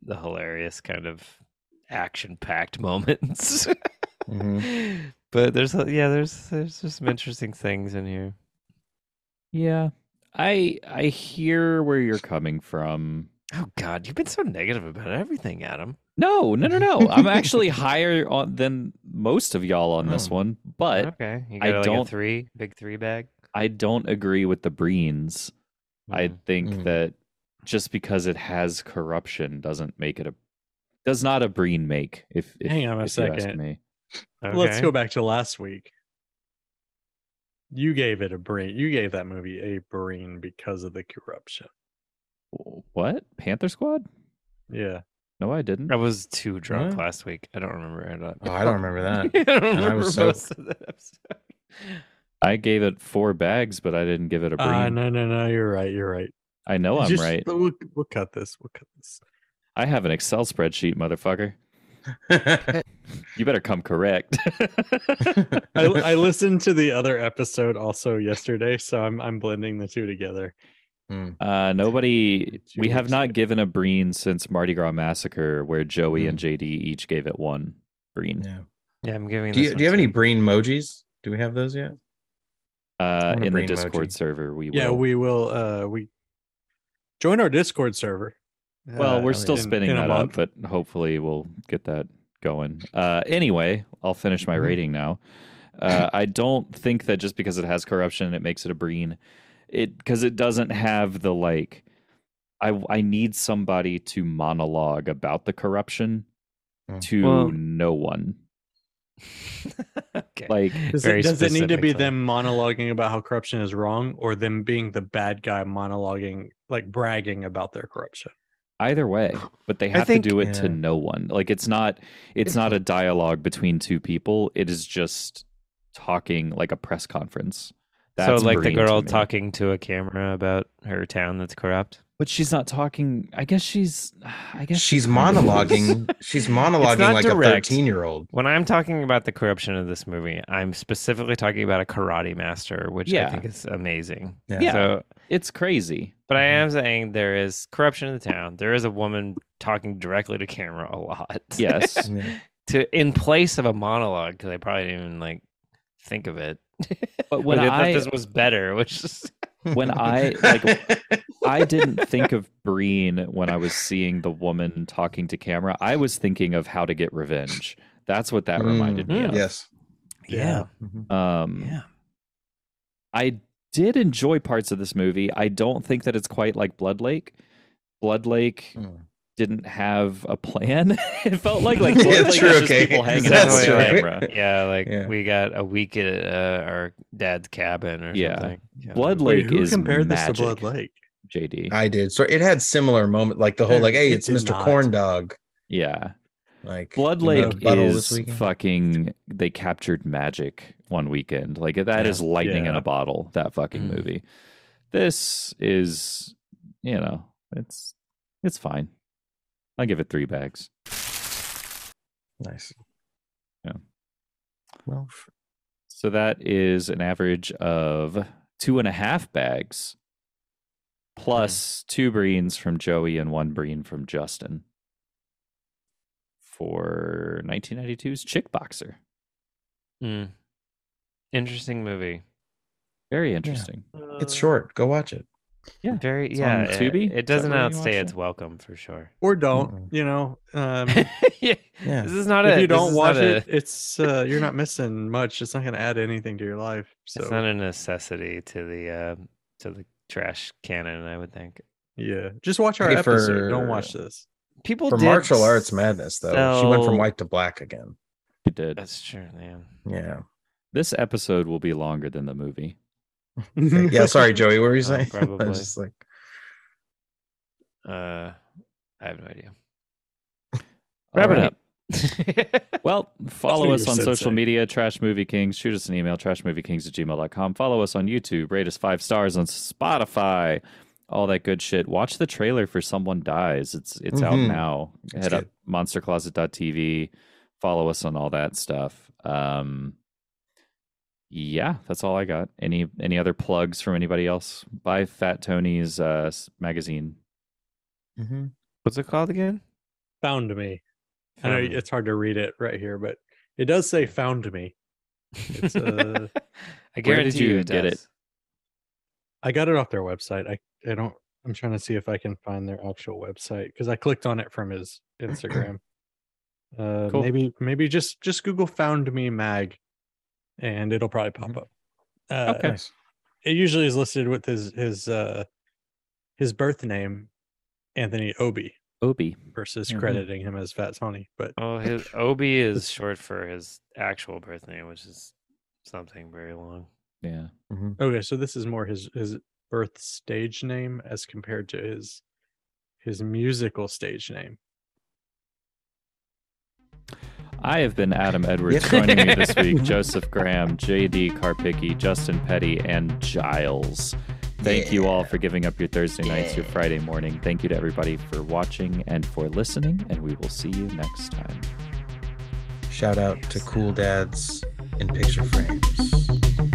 E: the hilarious kind of action packed *laughs* moments.
A: Mhm.
E: *laughs* but there's a- yeah, there's there's just some interesting things in here.
B: Yeah. I I hear where you're coming from.
E: Oh God, you've been so negative about everything, Adam.
B: No, no, no, no. I'm actually higher on than most of y'all on this
E: Oh.
B: one, but
E: okay, you
B: I
E: got like
B: don't-
E: a three big three bag.
B: I don't agree with the Breens. I
E: Mm.
B: think
A: Mm.
B: that just because it has corruption doesn't make it a does not a Breen make. If, if
F: Hang on a
B: if you ask
F: second.
B: me.
E: Mm,
F: Let's
E: Okay.
F: go back to last week. You gave it a brain. You gave that movie a brain because of the corruption.
B: What Panther Squad?
F: Yeah.
B: No, I didn't.
E: I was too drunk
A: Huh?
E: last week. I don't remember it. at all.
A: Oh, I don't
E: *laughs*
A: remember that. *laughs*
E: I
A: And
E: don't
A: I
E: remember
A: was so-
E: most of that episode.
B: I gave it four bags, but I didn't give it a Breen.
F: Ah, no, no, no. You're right. You're right.
B: I know Oh, I'm
F: Just-
B: right.
F: We'll, we'll cut this. We'll cut this. *laughs*
B: I have an Excel spreadsheet, motherfucker. You better come
F: *laughs*
B: correct.
F: I, I listened to the other episode also yesterday, so I'm I'm blending the two together.
B: Uh, nobody.
F: Two
B: We have
F: weeks
B: not
F: ago.
B: given a Breen since Mardi Gras Massacre, where Joey
F: Mm.
B: and JD each gave it one Breen.
A: Yeah.
E: Yeah, I'm giving.
A: Do
E: this
A: you,
E: one
A: do you have any
E: two.
A: Breen emojis? Do we have those yet?
B: Uh,
A: I'm a
B: in
A: Breen
B: the Discord
A: emoji.
B: server, we
F: Yeah,
B: will.
F: we will. Uh, we join our Discord server.
B: well,
F: uh,
B: we're still
F: in-
B: spinning
F: in a
B: that up,
F: month.
B: but hopefully we'll get that going. Uh, anyway, I'll finish
F: Mm-hmm.
B: my rating now. Uh, I don't think that just because it has corruption, it makes it a Breen. It because it doesn't have the like. I I need somebody to monologue about the corruption
A: Mm.
B: to
E: Well-
B: no one.
E: *laughs* okay.
B: Like
F: Does,
E: Very
F: it, does it need to be
E: specifically.
F: them monologuing about how corruption is wrong, or them being the bad guy monologuing, like bragging about their corruption?
B: either way but they
E: I
B: have
E: think-
B: to do it
A: Yeah.
B: to no one like it's not it's not a dialogue between two people it is just talking like a press conference That's
E: so like
B: Breen
E: the
B: to
E: girl
B: me.
E: talking to a camera about her town that's corrupt.
B: but she's not talking i guess she's i guess
A: She's
B: she kind of is.
A: monologuing. She's monologuing
E: not
A: like a
E: direct.
A: 13 year old.
E: When I'm talking about the corruption of this movie, I'm specifically talking about a karate master, which
B: Yeah.
E: I think is amazing.
A: Yeah.
B: Yeah.
E: So,
B: *laughs* it's crazy
E: but I am saying there is corruption in the town. There is a woman talking directly to camera a lot.
B: yes
E: *laughs*
A: Yeah.
E: to in place of a monologue because I probably didn't even like think of it.
B: *laughs* But when
E: Like,
B: I-
E: thought this was better, which is
B: *laughs* when i like i didn't think of breen when i was seeing the woman talking to camera i was thinking of how to get revenge that's what that
A: Mm.
B: reminded me of
A: yes.
E: *laughs*
B: *laughs*
E: yeah,
B: um
E: yeah.
B: I did enjoy parts of this movie. I don't think that it's quite like Blood Lake. Blood Lake
A: Mm.
B: didn't have a plan. *laughs* it felt like like
A: *laughs* Yeah,
B: Blood Lake
A: true,
B: was just
A: okay.
B: people hanging out
A: That's
B: with
A: true.
B: camera.
E: Yeah, like
A: Yeah.
E: we got a week at uh, our dad's cabin or
B: Yeah.
E: something. Yeah.
B: Blood Lake
F: Wait, who
B: is
F: compared
B: magic,
F: this to Blood Lake?
B: JD.
A: I did. So it had similar moment, like the whole
F: Yeah,
A: like, hey,
F: it
A: it's
F: did
A: Mr.
F: not.
A: Corn Dog.
B: yeah.
A: Like
B: Blood
A: you know,
B: Lake
A: Buttle this
B: is
A: weekend.
B: fucking they captured magic one weekend. Like that
E: Yeah.
B: is lightning in
F: Yeah.
B: a bottle, that fucking
E: Mm.
B: movie. This is you know, it's it's fine. I give it three bags.
A: Nice.
B: Yeah.
A: Well,
B: So that is an average of two and a half bags plus two breens from Joey and one breen from Justin for 1992's Chick Boxer.
E: Mm. Interesting movie.
B: Very interesting.
A: it's short. Go watch it.
E: Yeah, very.
F: It's
E: yeah,
F: on
E: it-
F: Tubi? Is
E: It,
F: that
E: doesn't
F: where you watch
E: outstay its
F: it?
E: welcome
B: *laughs*
E: for sure.
F: or don't you know um
E: yeah. This is not
F: if
E: it.
F: you
E: This
F: don't
E: is
F: watch
E: not
F: it
E: a-
F: it's uh you're not missing much it's not going to add anything to your life so
E: It's not a necessity to the uh, to the trash canon, I would think.
F: yeah just watch our
A: Hey,
F: episode
A: for-
F: don't watch this
E: People
A: for
E: did
A: martial arts madness though. She went from
E: sell-
A: white to black again.
B: You did.
E: That's true, man. *laughs*
A: Yeah.
B: This episode will be longer than the movie.
A: yeah.
F: *laughs*
A: Sorry, Joey. What were you
E: Oh,
A: saying? *laughs* I was
E: probably.
A: just like,
E: Uh, I have no idea.
B: All
E: Wrap it
B: right.
E: up.
A: *laughs*
B: Well, follow
E: what
B: us
E: your
B: on
E: sensei-
B: social media, Trash Movie Kings. Shoot us an email, trashmoviekings at gmail.com. Follow us on YouTube. Rate us five stars on Spotify. All that good shit. Watch the trailer for Someone Dies. It's it's
A: Mhm.
B: out now.
A: It's
B: Head
A: good.
B: up monstercloset.tv. Follow us on all that stuff. Um, yeah, that's all I got. Any any other plugs from anybody else? Buy Fat Tony's uh, s- magazine.
E: What's it called again?
F: found me i know
B: Um,
E: Found Me.
F: it's hard to read it right here but it does say found me
E: *laughs*
F: it's uh
E: I
B: Where
E: guarantee
B: did you
E: it
B: get
E: does.
B: it?
F: I got it off their website. I, I don't. I'm trying to see if I can find their actual website because I clicked on it
B: *clears throat*
F: from his Instagram. Uh,
B: Cool.
F: Maybe maybe just just Google found me mag, and it'll probably pop up. Uh,
B: Mm-hmm. Okay.
F: It usually is listed with his his uh his birth name, Anthony Obi,
B: Obi.
F: versus
B: Mhm.
F: crediting him as Fat Tony. But
E: Oh,
B: *laughs*
E: his Obi is short for his actual birth name, which is something very long.
B: Yeah.
F: okay, so this is more his his birth stage name as compared to his his musical stage name.
B: I have been Adam Edwards. Joining me this week, Joseph Graham, JD Karpicki, Justin Petty, and Giles. Thank you all for giving up your Thursday nights, your Friday morning. Thank you to everybody for watching and for listening, and we will see you next time.
A: shout out to cool dads in picture frames.